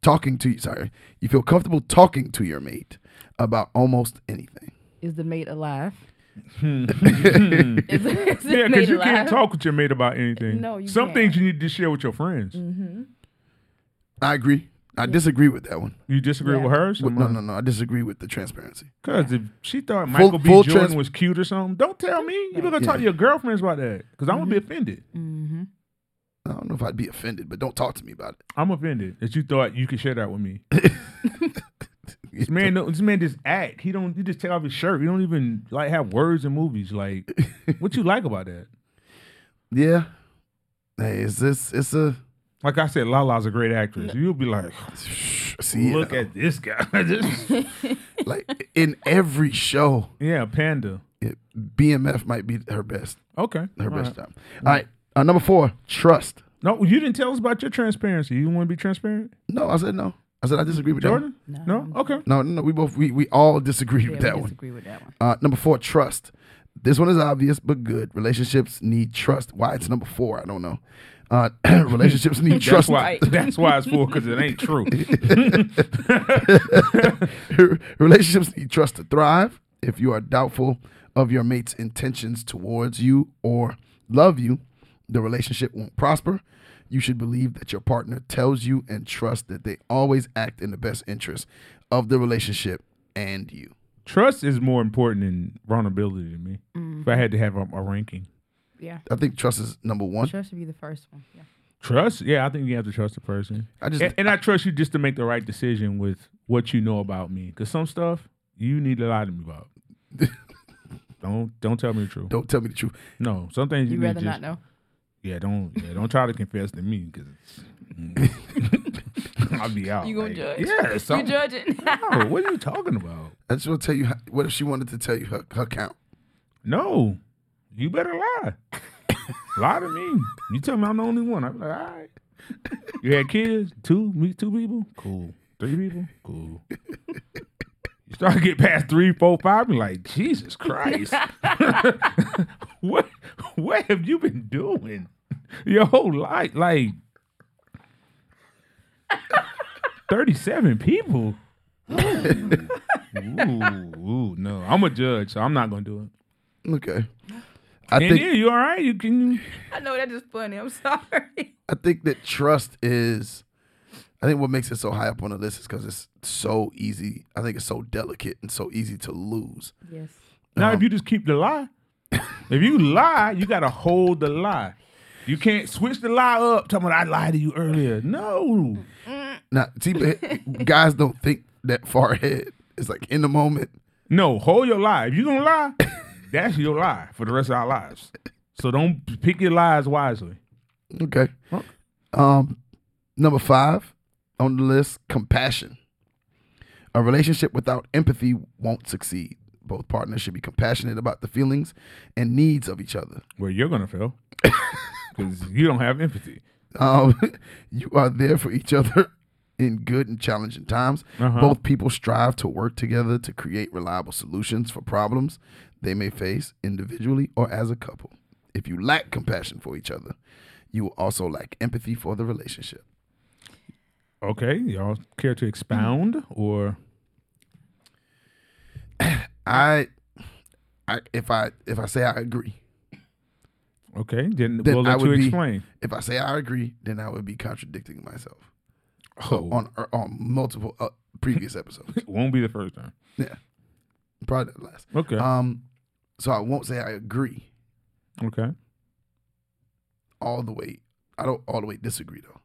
Speaker 2: talking to sorry, you feel comfortable talking to your mate about almost anything.
Speaker 3: Is the mate alive? is, is the
Speaker 1: Yeah,
Speaker 3: mate
Speaker 1: because you
Speaker 3: alive?
Speaker 1: can't talk with your mate about anything.
Speaker 3: No, you
Speaker 1: Some
Speaker 3: can't. Mm.
Speaker 1: things you need to share with your friends.
Speaker 3: Mm-hmm.
Speaker 2: I agree. I disagree with that one.
Speaker 1: You disagree
Speaker 3: Yeah.
Speaker 1: with her?
Speaker 2: With- no, no, no. I disagree with the transparency.
Speaker 1: Because if she thought
Speaker 2: Full-
Speaker 1: Michael B.
Speaker 2: full
Speaker 1: Jordan
Speaker 2: trans-
Speaker 1: was cute or something, don't tell me. You're going to talk to your girlfriends about that because I'm going to be
Speaker 3: Mm-hmm.
Speaker 1: offended.
Speaker 2: I don't know if I'd be offended, but don't talk to me about
Speaker 1: I'm offended that you thought you could share that with me. This man, don't- this man just act. He don't. He just take off his shirt. He don't even like have words in movies. Like, what you like about that?
Speaker 2: Yeah. Hey, is this it's a
Speaker 1: Like I said, Lala's a great actress. You'll be like,
Speaker 2: see
Speaker 1: look at this guy. This-
Speaker 2: like in every show,
Speaker 1: yeah, Panda.
Speaker 2: it, BMF might be her best
Speaker 1: Okay, all
Speaker 2: her
Speaker 1: right.
Speaker 2: best time. All right. Uh, number four, trust.
Speaker 1: No, you didn't tell us about your transparency. You want to be transparent,
Speaker 2: No, I said no. I said I disagree with that one.
Speaker 1: Jordan? No. Okay.
Speaker 2: No, no, no. We both we, we all disagree
Speaker 3: Yeah,
Speaker 2: with
Speaker 3: we
Speaker 2: that one.
Speaker 3: disagree with that one.
Speaker 2: Uh, number four, trust. This one is obvious but good. Relationships need trust. Why it's number four, I don't know. Uh, relationships need
Speaker 1: That's
Speaker 2: trust.
Speaker 1: why. That's why it's for because it ain't true.
Speaker 2: relationships need trust to thrive. If you are doubtful of your mate's intentions towards you or love you, the relationship won't prosper. You should believe that your partner tells you and trust that they always act in the best interest of the relationship and you.
Speaker 1: Trust is more important than vulnerability to me. If I had to have a, a ranking,
Speaker 3: Yeah,
Speaker 2: I think trust is number one.
Speaker 3: trust should be the first one. Yeah.
Speaker 1: Trust, yeah, I think you have to trust the person,
Speaker 2: I just
Speaker 1: and, and I trust you just to make the right decision with what you know about me. Because some stuff you need to lie to me about. don't don't tell me the truth.
Speaker 2: don't tell me the truth.
Speaker 1: No, some things you
Speaker 3: You'd
Speaker 1: need
Speaker 3: rather
Speaker 1: just,
Speaker 3: not know.
Speaker 1: Yeah, don't yeah, don't try to confess to me because I'll be out.
Speaker 3: You gonna
Speaker 1: like,
Speaker 3: judge?
Speaker 1: Yeah,
Speaker 3: You
Speaker 1: some,
Speaker 3: judge it.
Speaker 1: no, what are you talking about?
Speaker 2: I just want to tell you how, what if she wanted to tell you her, her count?
Speaker 1: No, you better lie. lie to me. You tell me I'm the only one. I'm like, all right. You had kids? Two? Me? Two people? Cool. Three people? Cool. You start to get past three, four, five, and like, Jesus Christ. what what have you been doing your whole life? Like 37 people. ooh, ooh, no. I'm a judge, so I'm not gonna do it.
Speaker 2: Okay. I
Speaker 1: And
Speaker 2: think
Speaker 1: yeah, you all right? You can.
Speaker 3: I know that is funny. I'm sorry.
Speaker 2: I think that trust is. I think what makes it so high up on the list is because it's so easy. I think it's so delicate and so easy to lose.
Speaker 3: Yes.
Speaker 1: Now, if you just keep the lie, if you lie, you gotta hold the lie. You can't switch the lie up. Talking about I lied to you earlier. No,
Speaker 2: Now, see, but guys don't think that far ahead. It's like in the moment.
Speaker 1: no, hold your lie. If you gonna lie, that's your lie for the rest of our lives. So don't pick your lies wisely.
Speaker 2: Okay.
Speaker 1: Huh.
Speaker 2: Um, number five on the list: compassion. A relationship without empathy won't succeed. Both partners should be compassionate about the feelings and needs of each other.
Speaker 1: Well, you're gonna fail because you don't have empathy.
Speaker 2: Um, you are there for each other in good and challenging times.
Speaker 1: Uh-huh.
Speaker 2: Both people strive to work together to create reliable solutions for problems they may face individually or as a couple. If you lack compassion for each other, you will also lack empathy for the relationship.
Speaker 1: Okay, y'all care to expound or
Speaker 2: I, I if I if I say I agree,
Speaker 1: okay? Then,
Speaker 2: Then
Speaker 1: we'll
Speaker 2: I
Speaker 1: let you
Speaker 2: would be-
Speaker 1: explain.
Speaker 2: if I say I agree, then I would be contradicting myself
Speaker 1: Oh,
Speaker 2: on er, on multiple uh, previous episodes.
Speaker 1: won't be the first time.
Speaker 2: yeah, probably the last.
Speaker 1: Okay,
Speaker 2: Um, so I won't say I agree.
Speaker 1: okay.
Speaker 2: all the way. I don't all the way disagree though.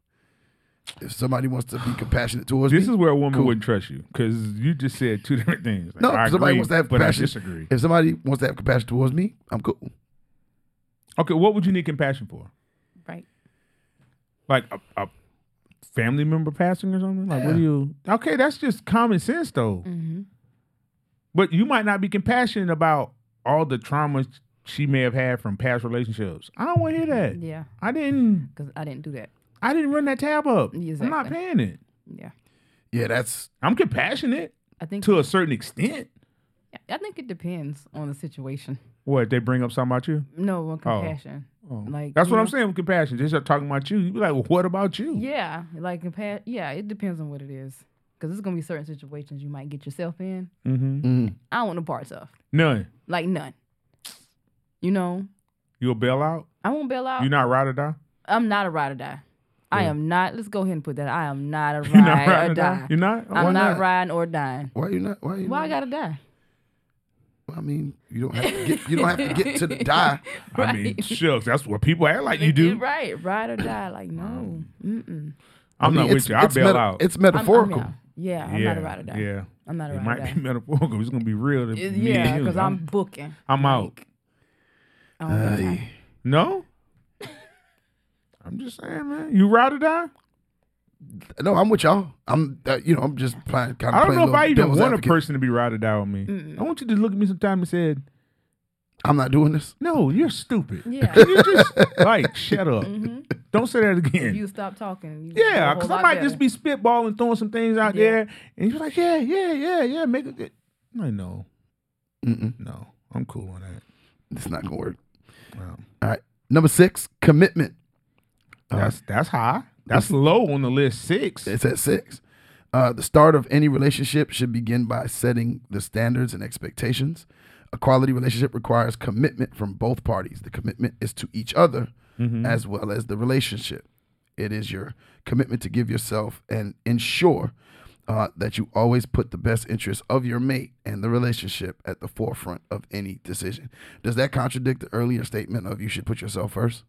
Speaker 2: If somebody wants to be compassionate towards
Speaker 1: This
Speaker 2: me,
Speaker 1: is where a woman
Speaker 2: Cool.
Speaker 1: wouldn't trust you because you just said two different things. Like,
Speaker 2: No,
Speaker 1: I
Speaker 2: somebody
Speaker 1: agree,
Speaker 2: wants to have
Speaker 1: but I
Speaker 2: compassion.
Speaker 1: disagree.
Speaker 2: if somebody wants to have compassion towards me, I'm cool.
Speaker 1: Okay, what would you need compassion for?
Speaker 3: Right.
Speaker 1: Like a, a family member passing or something? Like, what do you? Okay, that's just common sense though.
Speaker 3: Mm-hmm.
Speaker 1: But you might not be compassionate about all the traumas she may have had from past relationships. I don't want to hear that.
Speaker 3: Yeah.
Speaker 1: I didn't.
Speaker 3: Because I didn't do that.
Speaker 1: I didn't run that tab up. I'm not
Speaker 3: Exactly.
Speaker 1: paying it.
Speaker 3: Yeah.
Speaker 2: Yeah, that's
Speaker 1: I'm compassionate
Speaker 3: I think.
Speaker 1: to a certain extent.
Speaker 3: I think it depends on the situation.
Speaker 1: What they bring up something about you? Oh.
Speaker 3: No, on compassion. Like
Speaker 1: That's
Speaker 3: you
Speaker 1: what I'm
Speaker 3: know?
Speaker 1: saying with compassion. They start talking about you. You be like, well, what about you?
Speaker 3: Yeah, like compa- yeah, it depends on what it is. Cause there's gonna be certain situations you might get yourself in.
Speaker 1: Mm-hmm.
Speaker 3: I don't want no parts of,
Speaker 1: None.
Speaker 3: like none. You know,
Speaker 1: You'll bail out.
Speaker 3: I won't bail out.
Speaker 1: You're not ride or die.
Speaker 3: I'm not a ride or die. I am not. Let's go ahead and put that. I am not a ride,
Speaker 1: You're not
Speaker 3: or die.
Speaker 1: You're not.
Speaker 3: I'm
Speaker 1: Why
Speaker 3: not,
Speaker 2: not?
Speaker 3: riding or dying.
Speaker 2: why you not why you
Speaker 3: Why I
Speaker 2: not-
Speaker 3: gotta die?
Speaker 2: I mean, you don't have to get you don't have to get to the die.
Speaker 1: I mean, shucks. That's what people act like you do.
Speaker 3: right, ride or die. Like no, mm-mm.
Speaker 1: I'm not
Speaker 2: mean, it's-
Speaker 1: with you. I
Speaker 2: it's
Speaker 1: bail
Speaker 2: meta-
Speaker 1: out.
Speaker 2: It's
Speaker 3: I'm- I'm
Speaker 2: metaphorical.
Speaker 3: not. yeah, I'm
Speaker 1: yeah,
Speaker 3: not a ride or die.
Speaker 1: Yeah.
Speaker 3: I'm not a
Speaker 1: It
Speaker 3: ride or
Speaker 1: might be
Speaker 3: die.
Speaker 1: metaphorical. It's gonna be real. To
Speaker 3: It-
Speaker 1: me and
Speaker 3: yeah,
Speaker 1: you.
Speaker 3: because I'm booking.
Speaker 1: I'm out.
Speaker 3: I don't got time.
Speaker 2: Aye.
Speaker 1: No. I'm just saying, man. You ride or die.
Speaker 2: no, I'm with y'all. I'm uh, you know I'm just playing kind of.
Speaker 1: I don't
Speaker 2: playing
Speaker 1: know if
Speaker 2: little
Speaker 1: I even
Speaker 2: devil's
Speaker 1: want a
Speaker 2: advocate.
Speaker 1: person to be ride or die with me. I want you to look at me sometime and said,
Speaker 2: I'm not doing this.
Speaker 1: "No, you're stupid."
Speaker 3: Yeah.
Speaker 1: you just like shut up.
Speaker 3: Mm-hmm.
Speaker 1: Don't say that again.
Speaker 3: you stop talking. You
Speaker 1: Yeah, because I might just be spitballing, throwing some things out
Speaker 3: Yeah.
Speaker 1: there, and you're like, yeah, yeah, yeah, yeah, make it. good." I'm like, no,
Speaker 2: Mm-mm,
Speaker 1: no, I'm cool on that.
Speaker 2: it's not gonna work.
Speaker 1: Um,
Speaker 2: All right, number six, commitment. Uh,
Speaker 1: that's that's high. That's low on the list. Six.
Speaker 2: It's at six. Uh, the start of any relationship should begin by setting the standards and expectations. A quality relationship requires commitment from both parties. The commitment is to each other as well as the relationship. It is your commitment to give yourself and ensure uh, that you always put the best interest of your mate and the relationship at the forefront of any decision. Does that contradict the earlier statement of you should put yourself first?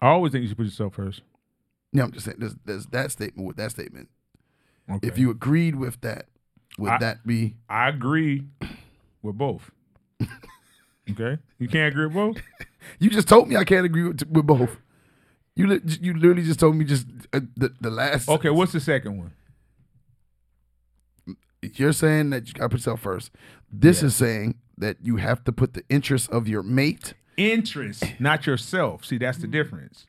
Speaker 1: I always think you should put yourself first.
Speaker 2: No, I'm just saying there's, there's that statement with that statement.
Speaker 1: Okay.
Speaker 2: If you agreed with that, would
Speaker 1: I-
Speaker 2: that be
Speaker 1: I agree with both. okay, you can't agree with both.
Speaker 2: You just told me I can't agree with, with both. You li- you literally just told me just uh, the the last.
Speaker 1: Okay, what's the second one?
Speaker 2: You're saying that you gotta put yourself first. This is saying that you have to put the interests of your mate,
Speaker 1: Interest, not yourself. See, that's the difference.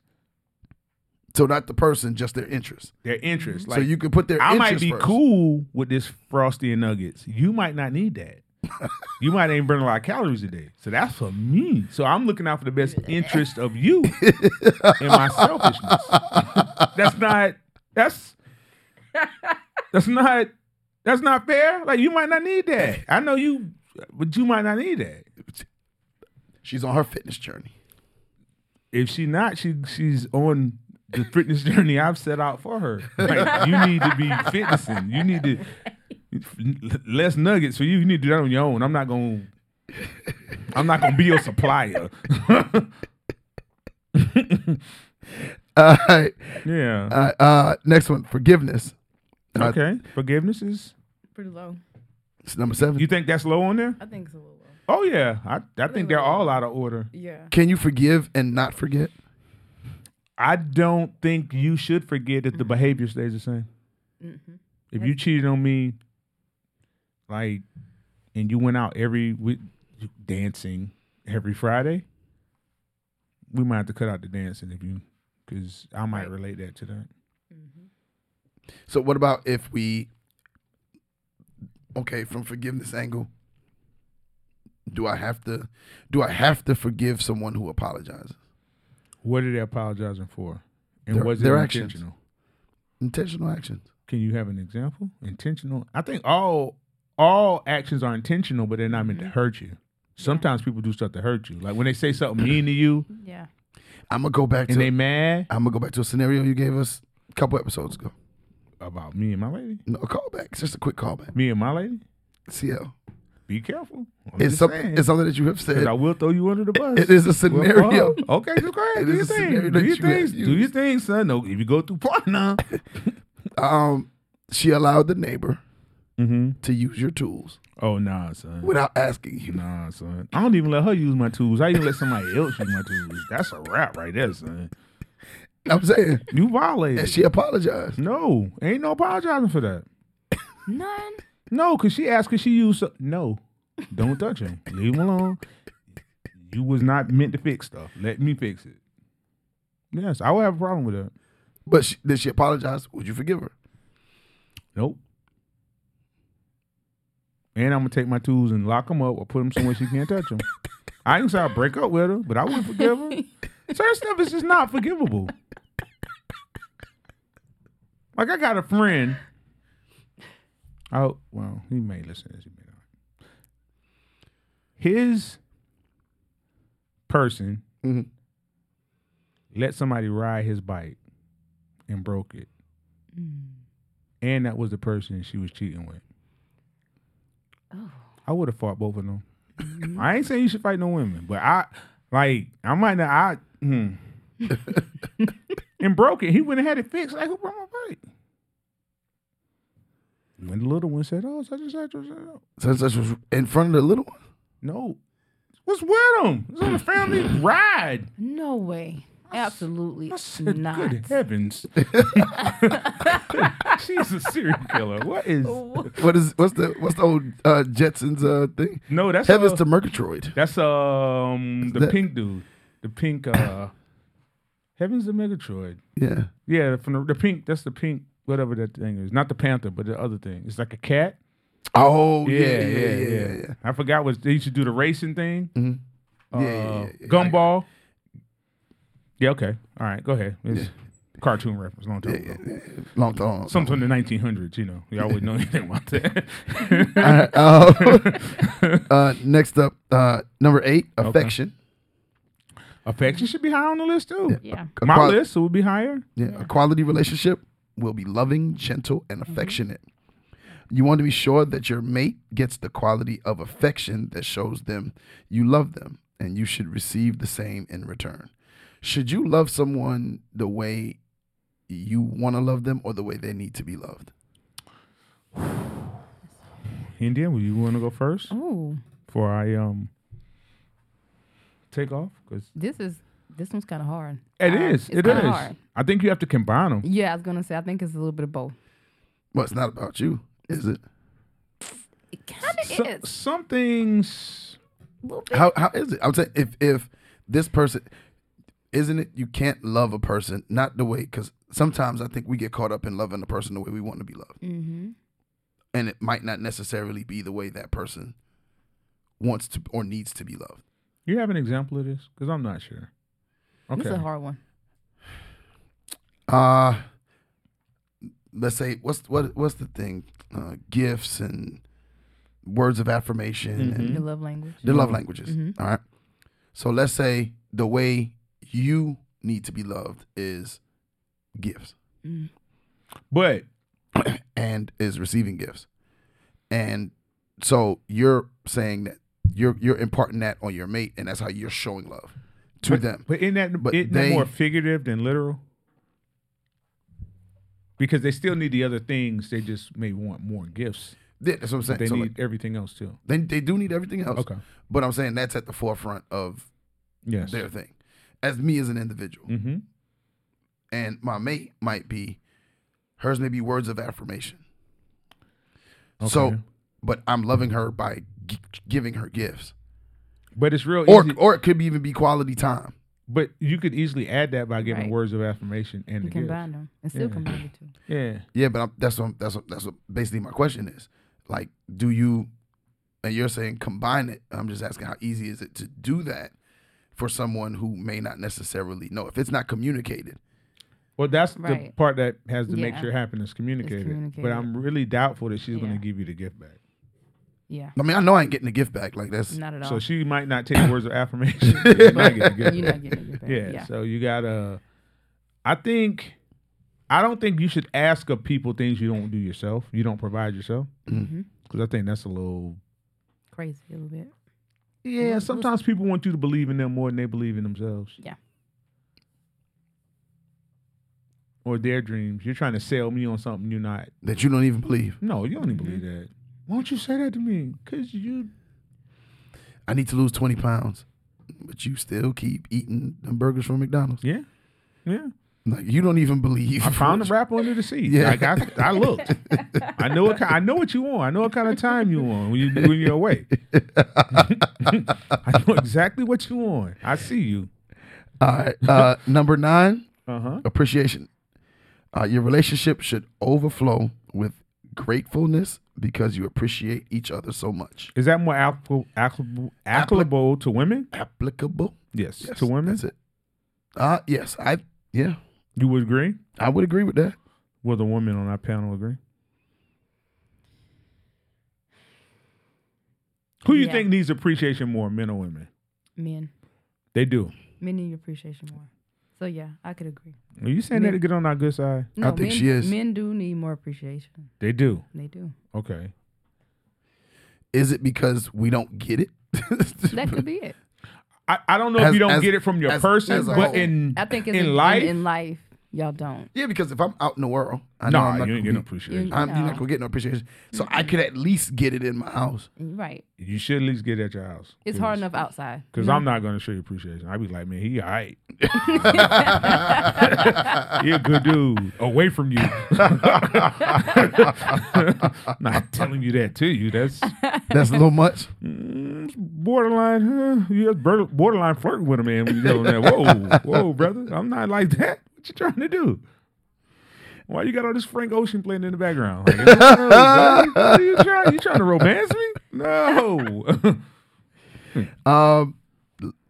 Speaker 2: so not the person, just their interests.
Speaker 1: Their interest. Like
Speaker 2: so you could put their.
Speaker 1: I might
Speaker 2: interests
Speaker 1: be
Speaker 2: first.
Speaker 1: cool with this frosty and nuggets. You might not need that. you might ain't burn a lot of calories a day. So that's for me. So I'm looking out for the best interest of you and my selfishness. that's not that's that's not that's not fair. Like you might not need that. I know you but you might not need that.
Speaker 2: She's on her fitness journey.
Speaker 1: If she not, she she's on the fitness journey I've set out for her. Like, you need to be fitnessing. You need to l- less nuggets for you. You need to do that on your own. I'm not gonna. I'm not gonna be your supplier.
Speaker 2: All right.
Speaker 1: yeah.
Speaker 2: All right, Uh, next one, forgiveness. Uh,
Speaker 1: okay. Forgiveness is.
Speaker 3: Pretty low.
Speaker 2: It's number seven.
Speaker 1: You think that's low on there?
Speaker 3: I think it's a little low.
Speaker 1: Oh yeah. I I think they're all out of order.
Speaker 3: Yeah.
Speaker 2: Can you forgive and not forget?
Speaker 1: I don't think you should forget that the behavior stays the same.
Speaker 3: Mm-hmm.
Speaker 1: If you cheated on me, like, and you went out every week dancing every Friday, we might have to cut out the dancing if you, because I might
Speaker 3: Right.
Speaker 1: relate that to that.
Speaker 2: So what about if we okay, from forgiveness angle, do I have to do I have to forgive someone who apologizes?
Speaker 1: What are they apologizing for? And
Speaker 2: Their-
Speaker 1: was it
Speaker 2: their
Speaker 1: intentional?
Speaker 2: actions. Intentional actions.
Speaker 1: Can you have an example? Intentional? I think all all actions are intentional, but they're not meant to hurt you. Sometimes people do stuff to hurt you. Like when they say something mean to you
Speaker 3: Yeah.
Speaker 2: I'm gonna go back to
Speaker 1: and they mad
Speaker 2: I'm gonna go back to a scenario you gave us a couple episodes ago.
Speaker 1: about me and my lady.
Speaker 2: No, a callback. It's just a quick callback.
Speaker 1: Me and my lady.
Speaker 2: CL.
Speaker 1: Be careful. I'm
Speaker 2: It's
Speaker 1: just
Speaker 2: something
Speaker 1: saying.
Speaker 2: it's something that you have
Speaker 1: Because
Speaker 2: said.
Speaker 1: I will throw you under the bus.
Speaker 2: It is a
Speaker 1: Well,
Speaker 2: scenario.
Speaker 1: oh, okay, so go ahead.
Speaker 2: It
Speaker 1: Do
Speaker 2: is
Speaker 1: your
Speaker 2: a scenario
Speaker 1: thing.
Speaker 2: that
Speaker 1: Do your
Speaker 2: you have
Speaker 1: things. Do your
Speaker 2: used.
Speaker 1: thing, son. No, if you go through porn now.
Speaker 2: Um she allowed the neighbor
Speaker 1: mm-hmm.
Speaker 2: to use your tools
Speaker 1: Oh nah, son.
Speaker 2: without asking you.
Speaker 1: Nah, son. I don't even let her use my tools. I even let somebody else use my tools. That's a wrap right there, son.
Speaker 2: I'm saying.
Speaker 1: You
Speaker 2: And
Speaker 1: violated.
Speaker 2: she apologized.
Speaker 1: no, ain't no apologizing for that.
Speaker 3: None.
Speaker 1: No, cause she asked, cause she used. so- no, don't touch him. Leave him alone. You was not meant to fix stuff. Let me fix it. Yes, I would have a problem with that.
Speaker 2: But she, did she apologize? Would you forgive her?
Speaker 1: Nope. And I'm gonna take my tools and lock them up or put them somewhere she can't touch them. I ain't say I break up with her, but I wouldn't forgive her. Certain stuff is just not forgivable. Like I got a friend. Oh well, he may listen to this. He may not. His person
Speaker 2: Mhm.
Speaker 1: let somebody ride his bike and broke it and that was the person she was cheating with.
Speaker 3: Oh.
Speaker 1: I would have fought both of them. I ain't saying you should fight no women, but I like I might not. I hmm. and broke it. He went and had it fixed. Like who broke my bike? When the little one said, "Oh, such and such," was, uh,
Speaker 2: Such such was in front of the little one.
Speaker 1: no, what's with him? It's on a family ride.
Speaker 3: No way. Absolutely
Speaker 1: I said,
Speaker 3: not.
Speaker 1: Good heavens! She's a serial killer. What is?
Speaker 2: What is what's the what's the old uh, Jetsons uh, thing?
Speaker 1: No, that's
Speaker 2: Heavens
Speaker 1: uh,
Speaker 2: to Murgatroyd.
Speaker 1: That's um the
Speaker 2: That-
Speaker 1: pink dude, the pink. uh Heavens the Megatroid.
Speaker 2: Yeah.
Speaker 1: Yeah, from the, the pink. That's the pink. Whatever that thing is, not the panther, but the other thing. It's like a cat.
Speaker 2: Oh yeah yeah yeah yeah yeah. yeah.
Speaker 1: I forgot what they used to do the racing thing.
Speaker 2: Mhm. Yeah, yeah,
Speaker 1: Uh,
Speaker 2: yeah, yeah.
Speaker 1: Gumball. Yeah. Okay. All right. Go ahead. It's cartoon reference. Long time ago.
Speaker 2: Long time.
Speaker 1: Something from the 1900s. You know, y'all wouldn't know anything about that.
Speaker 2: All right, uh, uh, next up, uh, number eight, affection.
Speaker 1: Affection should be high on the list too.
Speaker 3: Yeah.
Speaker 2: A
Speaker 1: My
Speaker 2: qual-
Speaker 1: list would be higher.
Speaker 2: Yeah, a quality relationship will be loving, gentle, and affectionate. You want to be sure that your mate gets the quality of affection that shows them you love them, and you should receive the same in return. Should you love someone the way you want to love them or the way they need to be loved?
Speaker 1: India, would you want to go first
Speaker 3: Oh,
Speaker 1: before I um take off? Because
Speaker 3: this is this one's kind of hard.
Speaker 1: it
Speaker 3: Uh,
Speaker 1: is,
Speaker 3: It's
Speaker 1: it
Speaker 3: kinda
Speaker 1: is.
Speaker 3: Hard.
Speaker 1: I think you have to combine them.
Speaker 3: Yeah, I was gonna say. I think it's a little bit of both.
Speaker 2: Well, it's not about you, is it?
Speaker 3: It kind of
Speaker 1: So,
Speaker 3: is.
Speaker 1: some things.
Speaker 3: A little bit.
Speaker 2: How how is it? I'm saying if if this person isn't it you can't love a person not the way because sometimes I think we get caught up in loving a person the way we want to be loved.
Speaker 3: Mm-hmm.
Speaker 2: and it might not necessarily be the way that person wants to or needs to be loved.
Speaker 1: You have an example of this? Because I'm not sure.
Speaker 3: This is a
Speaker 1: Okay.
Speaker 3: hard one.
Speaker 2: Uh let's say what's what what's the thing? Uh, gifts and words of affirmation
Speaker 1: Mhm.
Speaker 2: and
Speaker 3: The love language.
Speaker 2: the love languages.
Speaker 3: Mhm.
Speaker 2: All right. So let's say the way you need to be loved is gifts
Speaker 3: Mm.
Speaker 1: But
Speaker 2: and is receiving gifts. And so you're saying that you're you're imparting that on your mate and that's how you're showing love to
Speaker 1: but,
Speaker 2: them.
Speaker 1: But isn't that
Speaker 2: But
Speaker 1: isn't that
Speaker 2: they-
Speaker 1: more figurative than literal? Because they still need the other things. They just may want more gifts.
Speaker 2: Yeah, that's what I'm saying.
Speaker 1: They
Speaker 2: so
Speaker 1: need
Speaker 2: like,
Speaker 1: everything else too.
Speaker 2: they they do need everything else.
Speaker 1: Okay.
Speaker 2: But I'm saying that's at the forefront of
Speaker 1: Yes.
Speaker 2: their thing. As me as an individual.
Speaker 1: Mm-hmm.
Speaker 2: And my mate might be hers may be words of affirmation. So
Speaker 1: Okay.
Speaker 2: but I'm loving her by g- giving her gifts.
Speaker 1: But it's real
Speaker 2: Or
Speaker 1: easy.
Speaker 2: or it could be even be quality time.
Speaker 1: But you could easily add that by giving
Speaker 3: Right.
Speaker 1: words of affirmation and
Speaker 3: You
Speaker 1: the gifts.
Speaker 3: combine them and still
Speaker 1: Yeah.
Speaker 3: combine the two.
Speaker 1: Yeah.
Speaker 2: Yeah, but I'm, that's what I'm- that's what that's what basically my question is. Like do you and you're saying combine it. I'm just asking how easy is it to do that for someone who may not necessarily know if it's not communicated.
Speaker 1: Well, that's the
Speaker 3: Right.
Speaker 1: part that has to make
Speaker 3: Yeah.
Speaker 1: sure happen is communicated.
Speaker 3: communicated.
Speaker 1: But I'm really doubtful that she's going
Speaker 3: Yeah.
Speaker 1: to give you the gift back.
Speaker 3: Yeah,
Speaker 2: I mean, I know I ain't getting the gift back. Like that's
Speaker 3: not at all.
Speaker 1: So she might not take words of affirmation. You're not getting the
Speaker 3: You're
Speaker 1: gift back.
Speaker 3: not getting it back.
Speaker 1: Yeah,
Speaker 3: yeah.
Speaker 1: So you gotta. I think. I don't think you should ask of people things you don't do yourself. You don't provide yourself
Speaker 3: Mhm.
Speaker 1: because I think that's a little.
Speaker 3: Crazy a little bit.
Speaker 1: Yeah.
Speaker 3: what's-
Speaker 1: Sometimes people want you to believe in them more than they believe in themselves.
Speaker 3: Yeah.
Speaker 1: Or their dreams. You're trying to sell me on something you're not.
Speaker 2: that you don't even believe.
Speaker 1: No, you don't even believe that. Why don't you say that to me? Cause you
Speaker 2: I need to lose 20 pounds, but you still keep eating them burgers from McDonald's.
Speaker 1: Yeah. Yeah.
Speaker 2: Like you don't even believe.
Speaker 1: I found the wrapper under the seat.
Speaker 2: Yeah.
Speaker 1: Like I, I looked. I know what ki- I know what you want. I know what kind of time you want when you when you're away. I know exactly what you want. I see you.
Speaker 2: All right. Uh, number nine,
Speaker 1: Uh huh.
Speaker 2: appreciation. Uh, your relationship should overflow with gratefulness because you appreciate each other so much.
Speaker 1: Is that more applicable, applicable, applicable to women?
Speaker 2: Applicable
Speaker 1: Yes,
Speaker 2: Yes,
Speaker 1: to women.
Speaker 2: That's it. Uh, yes, I yeah,
Speaker 1: You would agree?
Speaker 2: I would agree with that.
Speaker 1: Will the women on our panel agree? Who you
Speaker 3: Yeah.
Speaker 1: think needs appreciation more, men or women?
Speaker 3: Men,
Speaker 1: They do.
Speaker 3: men need appreciation more. So yeah, I could agree.
Speaker 1: Are you saying that
Speaker 3: Men-
Speaker 1: to get on our good side?
Speaker 2: I
Speaker 3: No,
Speaker 2: think
Speaker 3: men,
Speaker 2: she is.
Speaker 3: Men do need more appreciation.
Speaker 1: They do.
Speaker 3: They do.
Speaker 1: Okay.
Speaker 2: Is it because we don't get it?
Speaker 3: That could be it.
Speaker 1: I, I don't know if
Speaker 2: As-
Speaker 1: you don't
Speaker 2: as-
Speaker 1: get it from your
Speaker 2: as-
Speaker 1: person,
Speaker 2: as a
Speaker 1: but
Speaker 2: whole.
Speaker 1: in
Speaker 3: I think it's
Speaker 1: in life,
Speaker 3: in, life, y'all don't.
Speaker 2: yeah, because if I'm out in the world, I know I'm
Speaker 1: nah,
Speaker 2: not
Speaker 1: you
Speaker 2: gonna
Speaker 1: ain't getting
Speaker 2: be-
Speaker 1: appreciation.
Speaker 3: You-
Speaker 2: I'm, You're not
Speaker 3: No.
Speaker 2: gonna get no appreciation. So I could at least get it in my house.
Speaker 3: You're Right.
Speaker 1: You should at least get at your house.
Speaker 3: It's hard enough outside.
Speaker 1: Because
Speaker 3: you know?
Speaker 1: I'm not going to show you appreciation. I'd be like, man, he all right. he a good dude. Away from you. not telling you that to you. That's
Speaker 2: That's a little much.
Speaker 1: mm, borderline, huh? You're bur- borderline flirting with a man when you tell him that. Whoa, whoa, brother. I'm not like that. What you trying to do? Why you got all this Frank Ocean playing in the background? Like, no, buddy, what are you trying? You trying to romance me? No.
Speaker 2: Um,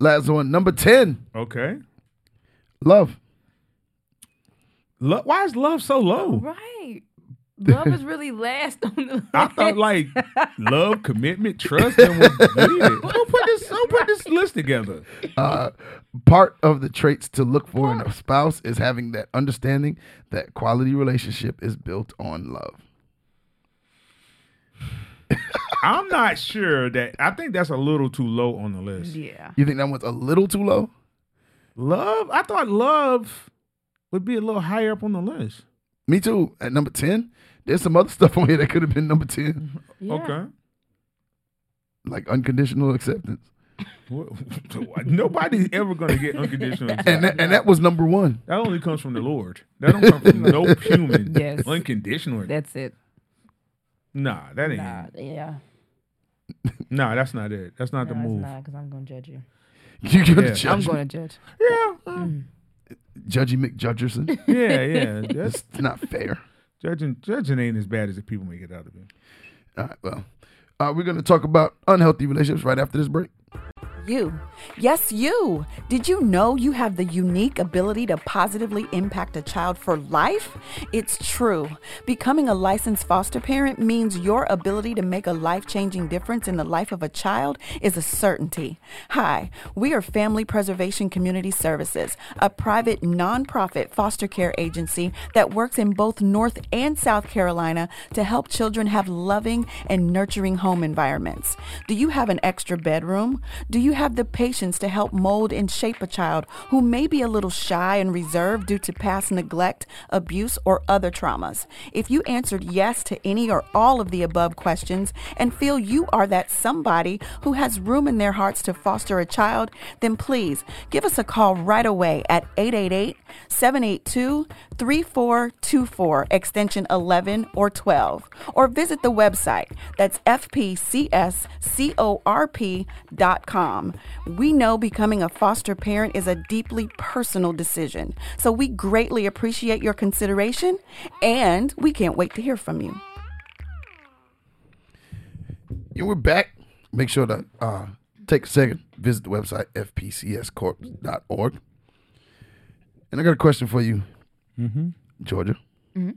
Speaker 2: last one, number ten,
Speaker 1: okay.
Speaker 2: love.
Speaker 1: Lo- why is love so low?
Speaker 3: Right. Love is really last on the list.
Speaker 1: I thought like love, commitment, trust, and was needed. Who put this? Who put this list together?
Speaker 2: Uh, part of the traits to look for in a spouse is having that understanding that quality relationship is built on love.
Speaker 1: I'm not sure that. I think that's a little too low on the list.
Speaker 3: yeah.
Speaker 2: You think that one's a little too low?
Speaker 1: Love? I thought love would be a little higher up on the list.
Speaker 2: Me too. At number ten, there's some other stuff on here that could have been number ten,
Speaker 3: Yeah.
Speaker 1: Okay.
Speaker 2: like unconditional acceptance,
Speaker 1: What- Nobody's ever going to get unconditional
Speaker 2: and
Speaker 1: acceptance.
Speaker 2: that, and that was number one.
Speaker 1: That only comes from the Lord. That don't come from no human.
Speaker 3: Yes.
Speaker 1: Unconditional.
Speaker 3: That's it.
Speaker 1: nah, that ain't.
Speaker 4: Nah,
Speaker 1: Nah.
Speaker 4: yeah.
Speaker 1: that's not it. That's not the
Speaker 4: No,
Speaker 1: move.
Speaker 4: it's not because I'm gonna judge you.
Speaker 2: You gonna
Speaker 1: Yeah.
Speaker 2: judge
Speaker 3: I'm
Speaker 2: me?
Speaker 3: going to judge. Mm.
Speaker 1: Yeah. uh,
Speaker 2: Judgy McJudgerson.
Speaker 1: Yeah, yeah. That's,
Speaker 2: That's not fair.
Speaker 1: judging judging ain't as bad as the people make it out to be.
Speaker 2: All right, well, uh, we're going to talk about unhealthy relationships right after this break.
Speaker 5: You. Yes, you. Did you know you have the unique ability to positively impact a child for life? It's true. Becoming a licensed foster parent means your ability to make a life changing difference in the life of a child is a certainty. Hi, we are Family Preservation Community Services, a private nonprofit foster care agency that works in both North and South Carolina to help children have loving and nurturing home environments. Do you have an extra bedroom? Do you have the patience to help mold and shape a child who may be a little shy and reserved due to past neglect, abuse, or other traumas? If you answered yes to any or all of the above questions and feel you are that somebody who has room in their hearts to foster a child, then please give us a call right away at 888 782 3424, extension 11 or 12, or visit the website. That's fpcscorp.com. We know becoming a foster parent is a deeply personal decision, so we greatly appreciate your consideration and we can't wait to hear from you.
Speaker 2: Yeah, we're back. Make sure to uh, take a second, visit the website, fpcscorp.org. And I got a question for you,
Speaker 1: Mm-hmm.
Speaker 2: Georgia.
Speaker 3: Mm-hmm.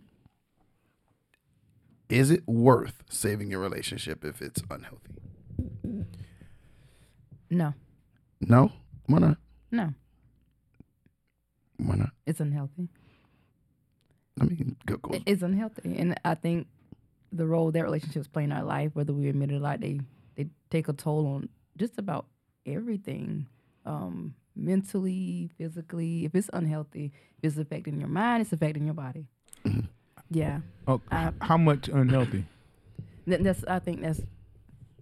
Speaker 2: Is it worth saving your relationship if it's unhealthy?
Speaker 3: No,
Speaker 2: No? Why not?
Speaker 3: no,
Speaker 2: Why not?
Speaker 3: it's unhealthy.
Speaker 2: I mean, good goes.
Speaker 3: It- It's unhealthy, and I think the role that relationships play in our life, whether we admit it or not, they they take a toll on just about everything, um, mentally, physically. If it's unhealthy, if it's affecting your mind, it's affecting your body. yeah,
Speaker 1: Oh,
Speaker 3: Uh,
Speaker 1: how much unhealthy?
Speaker 3: Th- that's. I think that's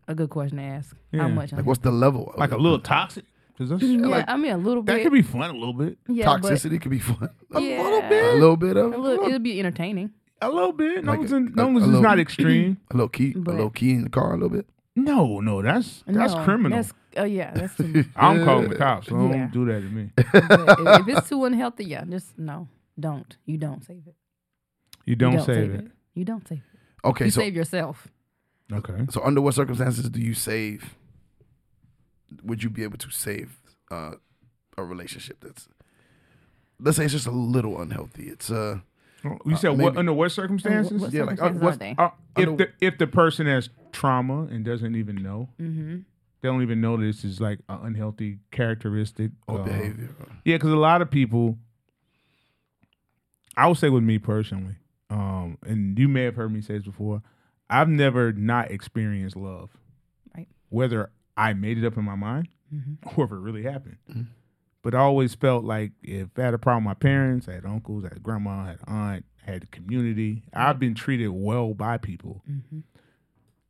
Speaker 3: a good question to ask.
Speaker 1: Yeah.
Speaker 3: How much?
Speaker 2: Like, what's the level? Of
Speaker 1: Like a
Speaker 2: it?
Speaker 1: little toxic? Because that's
Speaker 3: unhealthy? Yeah,
Speaker 1: like,
Speaker 3: I mean a little
Speaker 1: that
Speaker 3: bit.
Speaker 1: could be fun a little bit.
Speaker 3: yeah, but
Speaker 2: Toxicity could be fun.
Speaker 3: A little Yeah. bit.
Speaker 2: A little bit of
Speaker 3: A
Speaker 2: it.
Speaker 3: little, it'll be entertaining.
Speaker 1: A little bit. As
Speaker 2: Like
Speaker 1: long as
Speaker 2: a-
Speaker 1: it- as long as
Speaker 2: a- a
Speaker 1: it's
Speaker 2: little-
Speaker 1: not extreme.
Speaker 2: A little key, a
Speaker 3: But-
Speaker 2: little key in the car, a little bit.
Speaker 1: No, no, that's that's
Speaker 3: No,
Speaker 1: criminal.
Speaker 3: That's, oh yeah, that's too much.
Speaker 1: I'm calling the cops. So
Speaker 3: Yeah.
Speaker 1: Don't do that to me.
Speaker 3: But if, if it's too unhealthy, yeah, just no. Don't. You don't save it.
Speaker 1: You
Speaker 3: You
Speaker 1: don't, save, it.
Speaker 3: You don't save it.
Speaker 2: Okay,
Speaker 3: you
Speaker 2: so
Speaker 3: save yourself.
Speaker 1: Okay.
Speaker 2: so under what circumstances do you save? Would you be able to save uh, a relationship that's, let's say, it's just a little unhealthy? It's uh,
Speaker 1: You said what
Speaker 2: maybe-
Speaker 1: under what circumstances?
Speaker 3: what
Speaker 2: Yeah, like, uh,
Speaker 3: circumstances
Speaker 2: what's-
Speaker 3: are they?
Speaker 1: Uh, if
Speaker 2: Under-
Speaker 1: the if the person has trauma and doesn't even know,
Speaker 3: mm-hmm.
Speaker 1: they don't even know this is like an unhealthy characteristic
Speaker 2: or
Speaker 1: uh,
Speaker 2: behavior.
Speaker 1: Yeah, because a lot of people, I would say with me personally, um, and you may have heard me say this before, I've never not experienced love,
Speaker 3: Right.
Speaker 1: Whether I made it up in my mind or if it really happened. But I always felt like if I had a problem with my parents, I had uncles, I had grandma, I had aunt, I had the community. I've been treated well by people.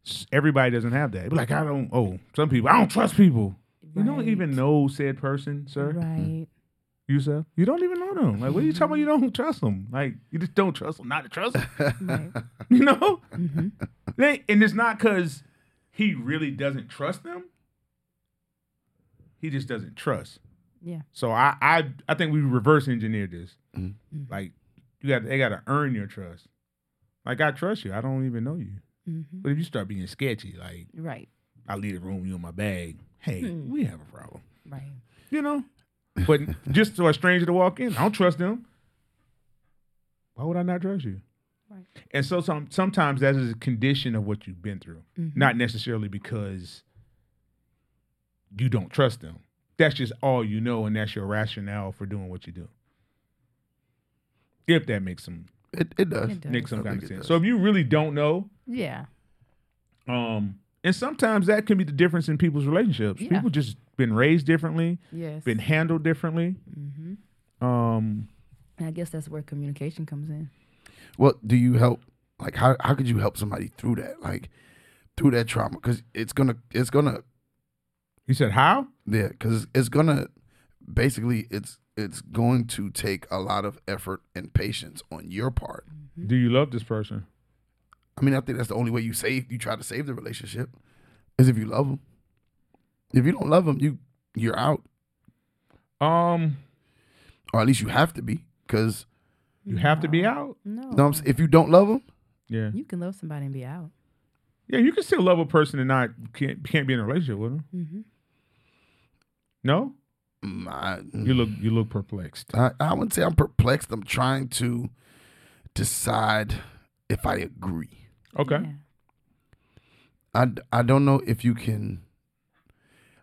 Speaker 1: S- Everybody doesn't have that. Be like, I don't, oh, some people, I don't trust people. You don't even know said person, sir.
Speaker 3: Right.
Speaker 1: You said you don't even know them. Like, what are you talking about? You don't trust them. Like, you just don't trust them. Not to trust them.
Speaker 3: Right.
Speaker 1: You know. They- and it's not because he really doesn't trust them. He just doesn't trust.
Speaker 3: Yeah.
Speaker 1: So I, I, I think we reverse engineered this. Like, you got they got to earn your trust. Like, I trust you. I don't even know you. But if you start being sketchy, like
Speaker 3: Mm-hmm. Right.
Speaker 1: I leave the room, you in my bag. Hey, we have a problem
Speaker 3: Right.
Speaker 1: you know. But just for a stranger to walk in, I don't trust them. Why would I not trust you?
Speaker 3: Right.
Speaker 1: And so some, sometimes that is a condition of what you've been through,
Speaker 3: Mm-hmm.
Speaker 1: not necessarily because you don't trust them. That's just all you know, and that's your rationale for doing what you do. If that makes some
Speaker 2: It it does.
Speaker 3: It does.
Speaker 1: makes some
Speaker 2: I
Speaker 1: kind of
Speaker 2: think it
Speaker 1: sense.
Speaker 2: does.
Speaker 1: So if you really don't know,
Speaker 3: Yeah.
Speaker 1: um, And sometimes that can be the difference in people's relationships.
Speaker 3: Yeah.
Speaker 1: People just been raised differently,
Speaker 3: Yes.
Speaker 1: been handled differently.
Speaker 3: hmm
Speaker 1: Um,
Speaker 3: And I guess that's where communication comes in.
Speaker 2: What do you help? Like, how how could you help somebody through that? Like, through that trauma, because it's gonna it's gonna
Speaker 1: he said, "How?
Speaker 2: Yeah, because it's gonna basically it's it's going to take a lot of effort and patience on your part.
Speaker 1: Do you love this person?"
Speaker 2: I mean, I think that's the only way you save you try to save the relationship is if you love them. If you don't love them, you you're out,
Speaker 1: Um,
Speaker 2: or at least you have to be. Because
Speaker 1: you have to be out.
Speaker 3: No.
Speaker 2: if you don't love them,
Speaker 1: Yeah,
Speaker 3: you can love somebody and be out.
Speaker 1: yeah. You can still love a person and not can't can't be in a relationship with them.
Speaker 3: Mm-hmm.
Speaker 1: No,
Speaker 2: mm, I,
Speaker 1: you look you look perplexed.
Speaker 2: I I wouldn't say I'm perplexed. I'm trying to decide if I agree.
Speaker 1: Okay,
Speaker 2: I, I don't know if you can.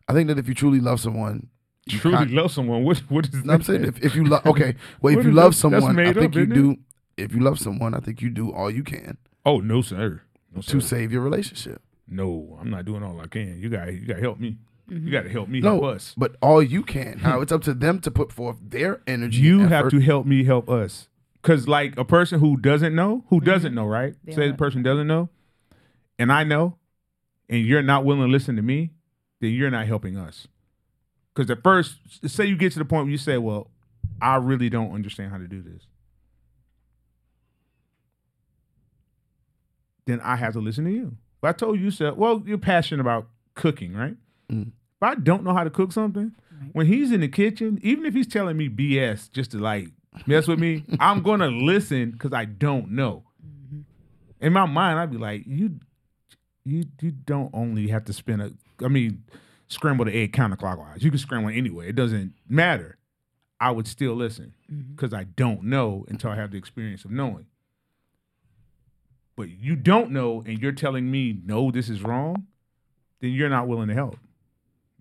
Speaker 2: I think that if you truly love someone, you
Speaker 1: truly
Speaker 2: can't-
Speaker 1: love someone. What what is
Speaker 2: No, I'm
Speaker 1: that?
Speaker 2: saying if, if you love, okay, well, if
Speaker 1: What
Speaker 2: you
Speaker 1: is
Speaker 2: love
Speaker 1: that? That's
Speaker 2: someone, I
Speaker 1: made
Speaker 2: think
Speaker 1: up,
Speaker 2: you
Speaker 1: isn't it?
Speaker 2: do. If you love someone, I think you do all you can
Speaker 1: Oh no, sir. No, sir.
Speaker 2: to save your relationship.
Speaker 1: no, I'm not doing all I can. You got you got to help me. You got to help me. help
Speaker 2: Mm-hmm. No,
Speaker 1: us.
Speaker 2: but all you can. Now it's up to them to put forth their energy.
Speaker 1: You
Speaker 2: and
Speaker 1: have
Speaker 2: effort.
Speaker 1: to help me help us. Cause like a person who doesn't know,
Speaker 2: Mm-hmm.
Speaker 1: who doesn't know, right?
Speaker 3: They
Speaker 1: Say
Speaker 3: don't
Speaker 1: the person doesn't know, and I know, and you're not willing to listen to me, then you're not helping us. Cause at first, s- say you get to the point where you say, Well, I really don't understand how to do this. Then I have to listen to you. If I told you said, well, you're passionate about cooking, right?
Speaker 2: Mm.
Speaker 1: If I don't know how to cook something,
Speaker 3: Right.
Speaker 1: when he's in the kitchen, even if he's telling me BS just to like mess with me, I'm gonna listen because I don't know. In my mind, I'd be like, you, you, you don't only have to spin a. I mean, scramble the egg counterclockwise. You can scramble it anyway. It doesn't matter. I would still listen because I don't know until I have the experience of knowing. But you don't know, and you're telling me no, this is wrong. Then you're not willing to help.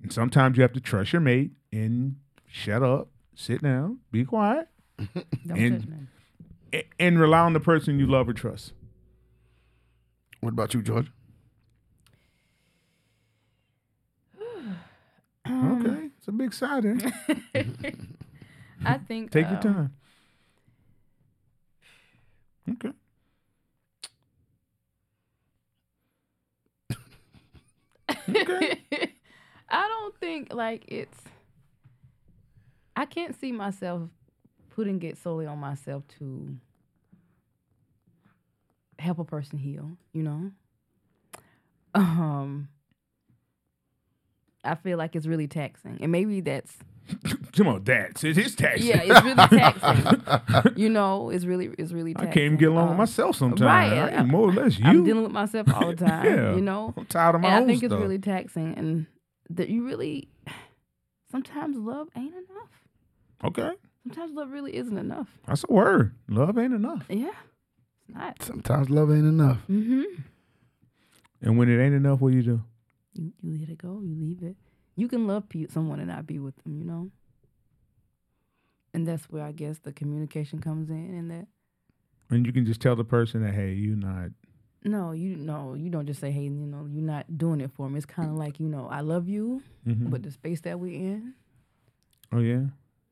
Speaker 1: And sometimes you have to trust your mate and shut up, sit down, be quiet,
Speaker 3: Don't
Speaker 1: And-
Speaker 3: judge me.
Speaker 1: a- and rely on the person you love or trust.
Speaker 2: What about you, George?
Speaker 3: Mm-hmm.
Speaker 1: okay, it's a big side there.
Speaker 3: I think
Speaker 1: Take your
Speaker 3: um,
Speaker 1: time. Okay.
Speaker 3: I don't think like it's. I can't see myself putting it solely on myself to help a person heal. You know. Um. I feel like it's really taxing, and maybe that's
Speaker 1: Come on, Dad. It's his tax.
Speaker 3: yeah, it's really taxing. you know, it's really it's really.
Speaker 1: I
Speaker 3: Taxing.
Speaker 1: can't even get along
Speaker 3: Um,
Speaker 1: with myself sometimes.
Speaker 3: right,
Speaker 1: I
Speaker 3: I-
Speaker 1: ain't more or less you.
Speaker 3: I'm dealing with myself all the time.
Speaker 1: Yeah.
Speaker 3: You know,
Speaker 1: I'm tired of my
Speaker 3: and
Speaker 1: own
Speaker 3: I think
Speaker 1: stuff.
Speaker 3: it's really taxing, and that you really sometimes love ain't enough.
Speaker 1: okay,
Speaker 3: Sometimes love really isn't enough.
Speaker 1: that's a word. Love ain't enough.
Speaker 3: Yeah, it's not.
Speaker 2: Sometimes love ain't enough.
Speaker 3: Mm-hmm.
Speaker 1: And when it ain't enough, what you do?
Speaker 3: You you let it go. You leave it. You can love pe- someone and not be with them. You know. And that's where I guess the communication comes in, and that
Speaker 1: And you can just tell the person that, hey, you not.
Speaker 3: no, you no, you don't just say, hey, you know, you're not doing it for me. It's kind of like you know, I love you,
Speaker 1: Mhm.
Speaker 3: but the space that we're in,
Speaker 1: Oh yeah.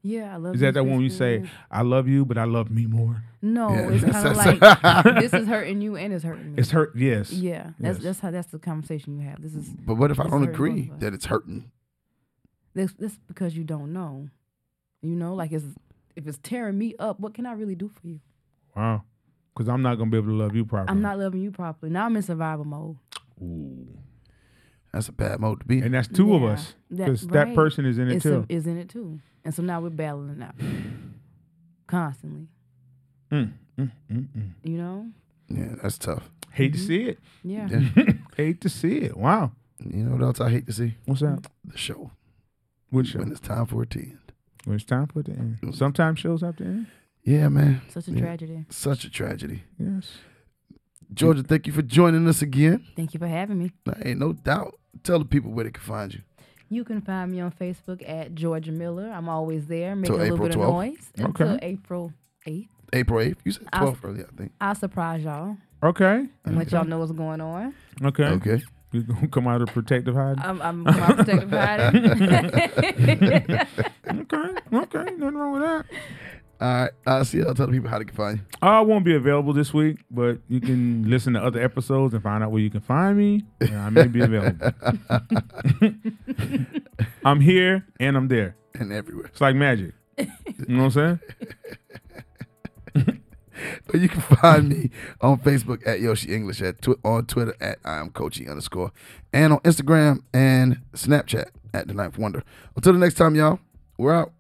Speaker 3: yeah, I love.
Speaker 1: Is
Speaker 3: you,
Speaker 1: that that
Speaker 3: space
Speaker 1: one you
Speaker 3: we're
Speaker 1: say,
Speaker 3: in.
Speaker 1: I love you, but I love me more?
Speaker 3: No,
Speaker 2: Yeah,
Speaker 3: it's kind
Speaker 2: that's-
Speaker 3: of like
Speaker 2: that's-
Speaker 3: this is hurting you and it's hurting me.
Speaker 1: It's hurt. Yes.
Speaker 3: yeah, that's
Speaker 1: yes.
Speaker 3: that's how that's the conversation you have. This is
Speaker 2: But what if I
Speaker 3: It's
Speaker 2: don't
Speaker 3: hurting both
Speaker 2: agree
Speaker 3: of us.
Speaker 2: that it's hurting?
Speaker 3: this this is because you don't know. You know, like it's if it's tearing me up, what can I really do for you?
Speaker 1: Wow. Because I'm not gonna be able to love you properly.
Speaker 3: I'm not loving you properly. Now I'm in survival mode.
Speaker 1: Ooh.
Speaker 2: That's a bad mode to be. in.
Speaker 1: And that's two of
Speaker 3: Yeah,
Speaker 1: us.
Speaker 3: that-
Speaker 1: Because that,
Speaker 3: right.
Speaker 1: person is in it
Speaker 3: It's
Speaker 1: too.
Speaker 3: is in it too, and so now we're battling out constantly.
Speaker 1: Mm, mm, mm, mm.
Speaker 3: You know,
Speaker 2: Yeah, that's tough.
Speaker 1: Hate
Speaker 3: Mm-hmm.
Speaker 1: to see it.
Speaker 3: yeah.
Speaker 2: Yeah.
Speaker 1: Hate to see it. Wow.
Speaker 2: You know what else I hate to see?
Speaker 1: What's that?
Speaker 2: The show
Speaker 1: Which show?
Speaker 2: when it's time for it to end.
Speaker 1: When it's time for it to end. Sometimes shows have to end.
Speaker 2: Yeah, man,
Speaker 3: Such a
Speaker 2: Yeah.
Speaker 3: tragedy.
Speaker 2: such a tragedy.
Speaker 1: Yes. Mm.
Speaker 2: Georgia, thank you for joining us again.
Speaker 3: Thank you for having me.
Speaker 2: Hey, no doubt. Tell the people where they can find you.
Speaker 3: You can find me on Facebook at Georgia Miller. I'm always there making
Speaker 2: Till
Speaker 3: a little
Speaker 2: April
Speaker 3: bit of
Speaker 2: 12th.
Speaker 3: noise until
Speaker 1: Okay.
Speaker 3: April 8th.
Speaker 2: April 8th. You said
Speaker 3: I-
Speaker 2: 12th earlier, I think.
Speaker 3: I'll surprise y'all
Speaker 1: Okay.
Speaker 3: and let y'all know what's going on.
Speaker 1: Okay.
Speaker 2: Okay.
Speaker 1: You gonna come out of protective hiding?
Speaker 3: I'm, I'm my protective hiding.
Speaker 1: okay, okay, nothing wrong with that.
Speaker 2: All right. Uh, see, I'll tell the people how they can find you.
Speaker 1: I won't be available this week, but you can listen to other episodes and find out where you can find me. And I may be available. I'm here and I'm there.
Speaker 2: and everywhere.
Speaker 1: It's like magic. You know what I'm saying?
Speaker 2: But you can find me on Facebook at Yoshi English, at tw- on Twitter at I'm Coachy underscore, and on Instagram and Snapchat at The Ninth Wonder. Until the next time, y'all, we're out.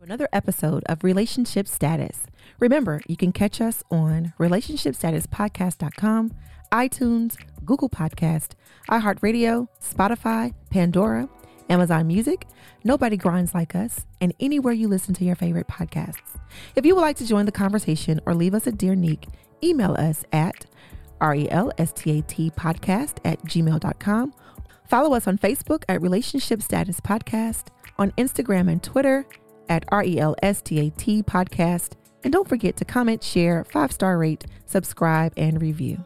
Speaker 4: Another episode of Relationship Status. Remember, you can catch us on relationshipstatuspodcast.com, iTunes, Google Podcast, iHeartRadio, Spotify, Pandora, Amazon Music, Nobody Grinds Like Us, and anywhere you listen to your favorite podcasts. If you would like to join the conversation or leave us a dear nick, email us at E R-E-L-S-T-A-T podcast at gmail.com. Follow us on Facebook at Relationship Status Podcast, on Instagram and Twitter at E R-E-L-S-T-A-T podcast. And don't forget to comment, share, five-star rate, subscribe, and review.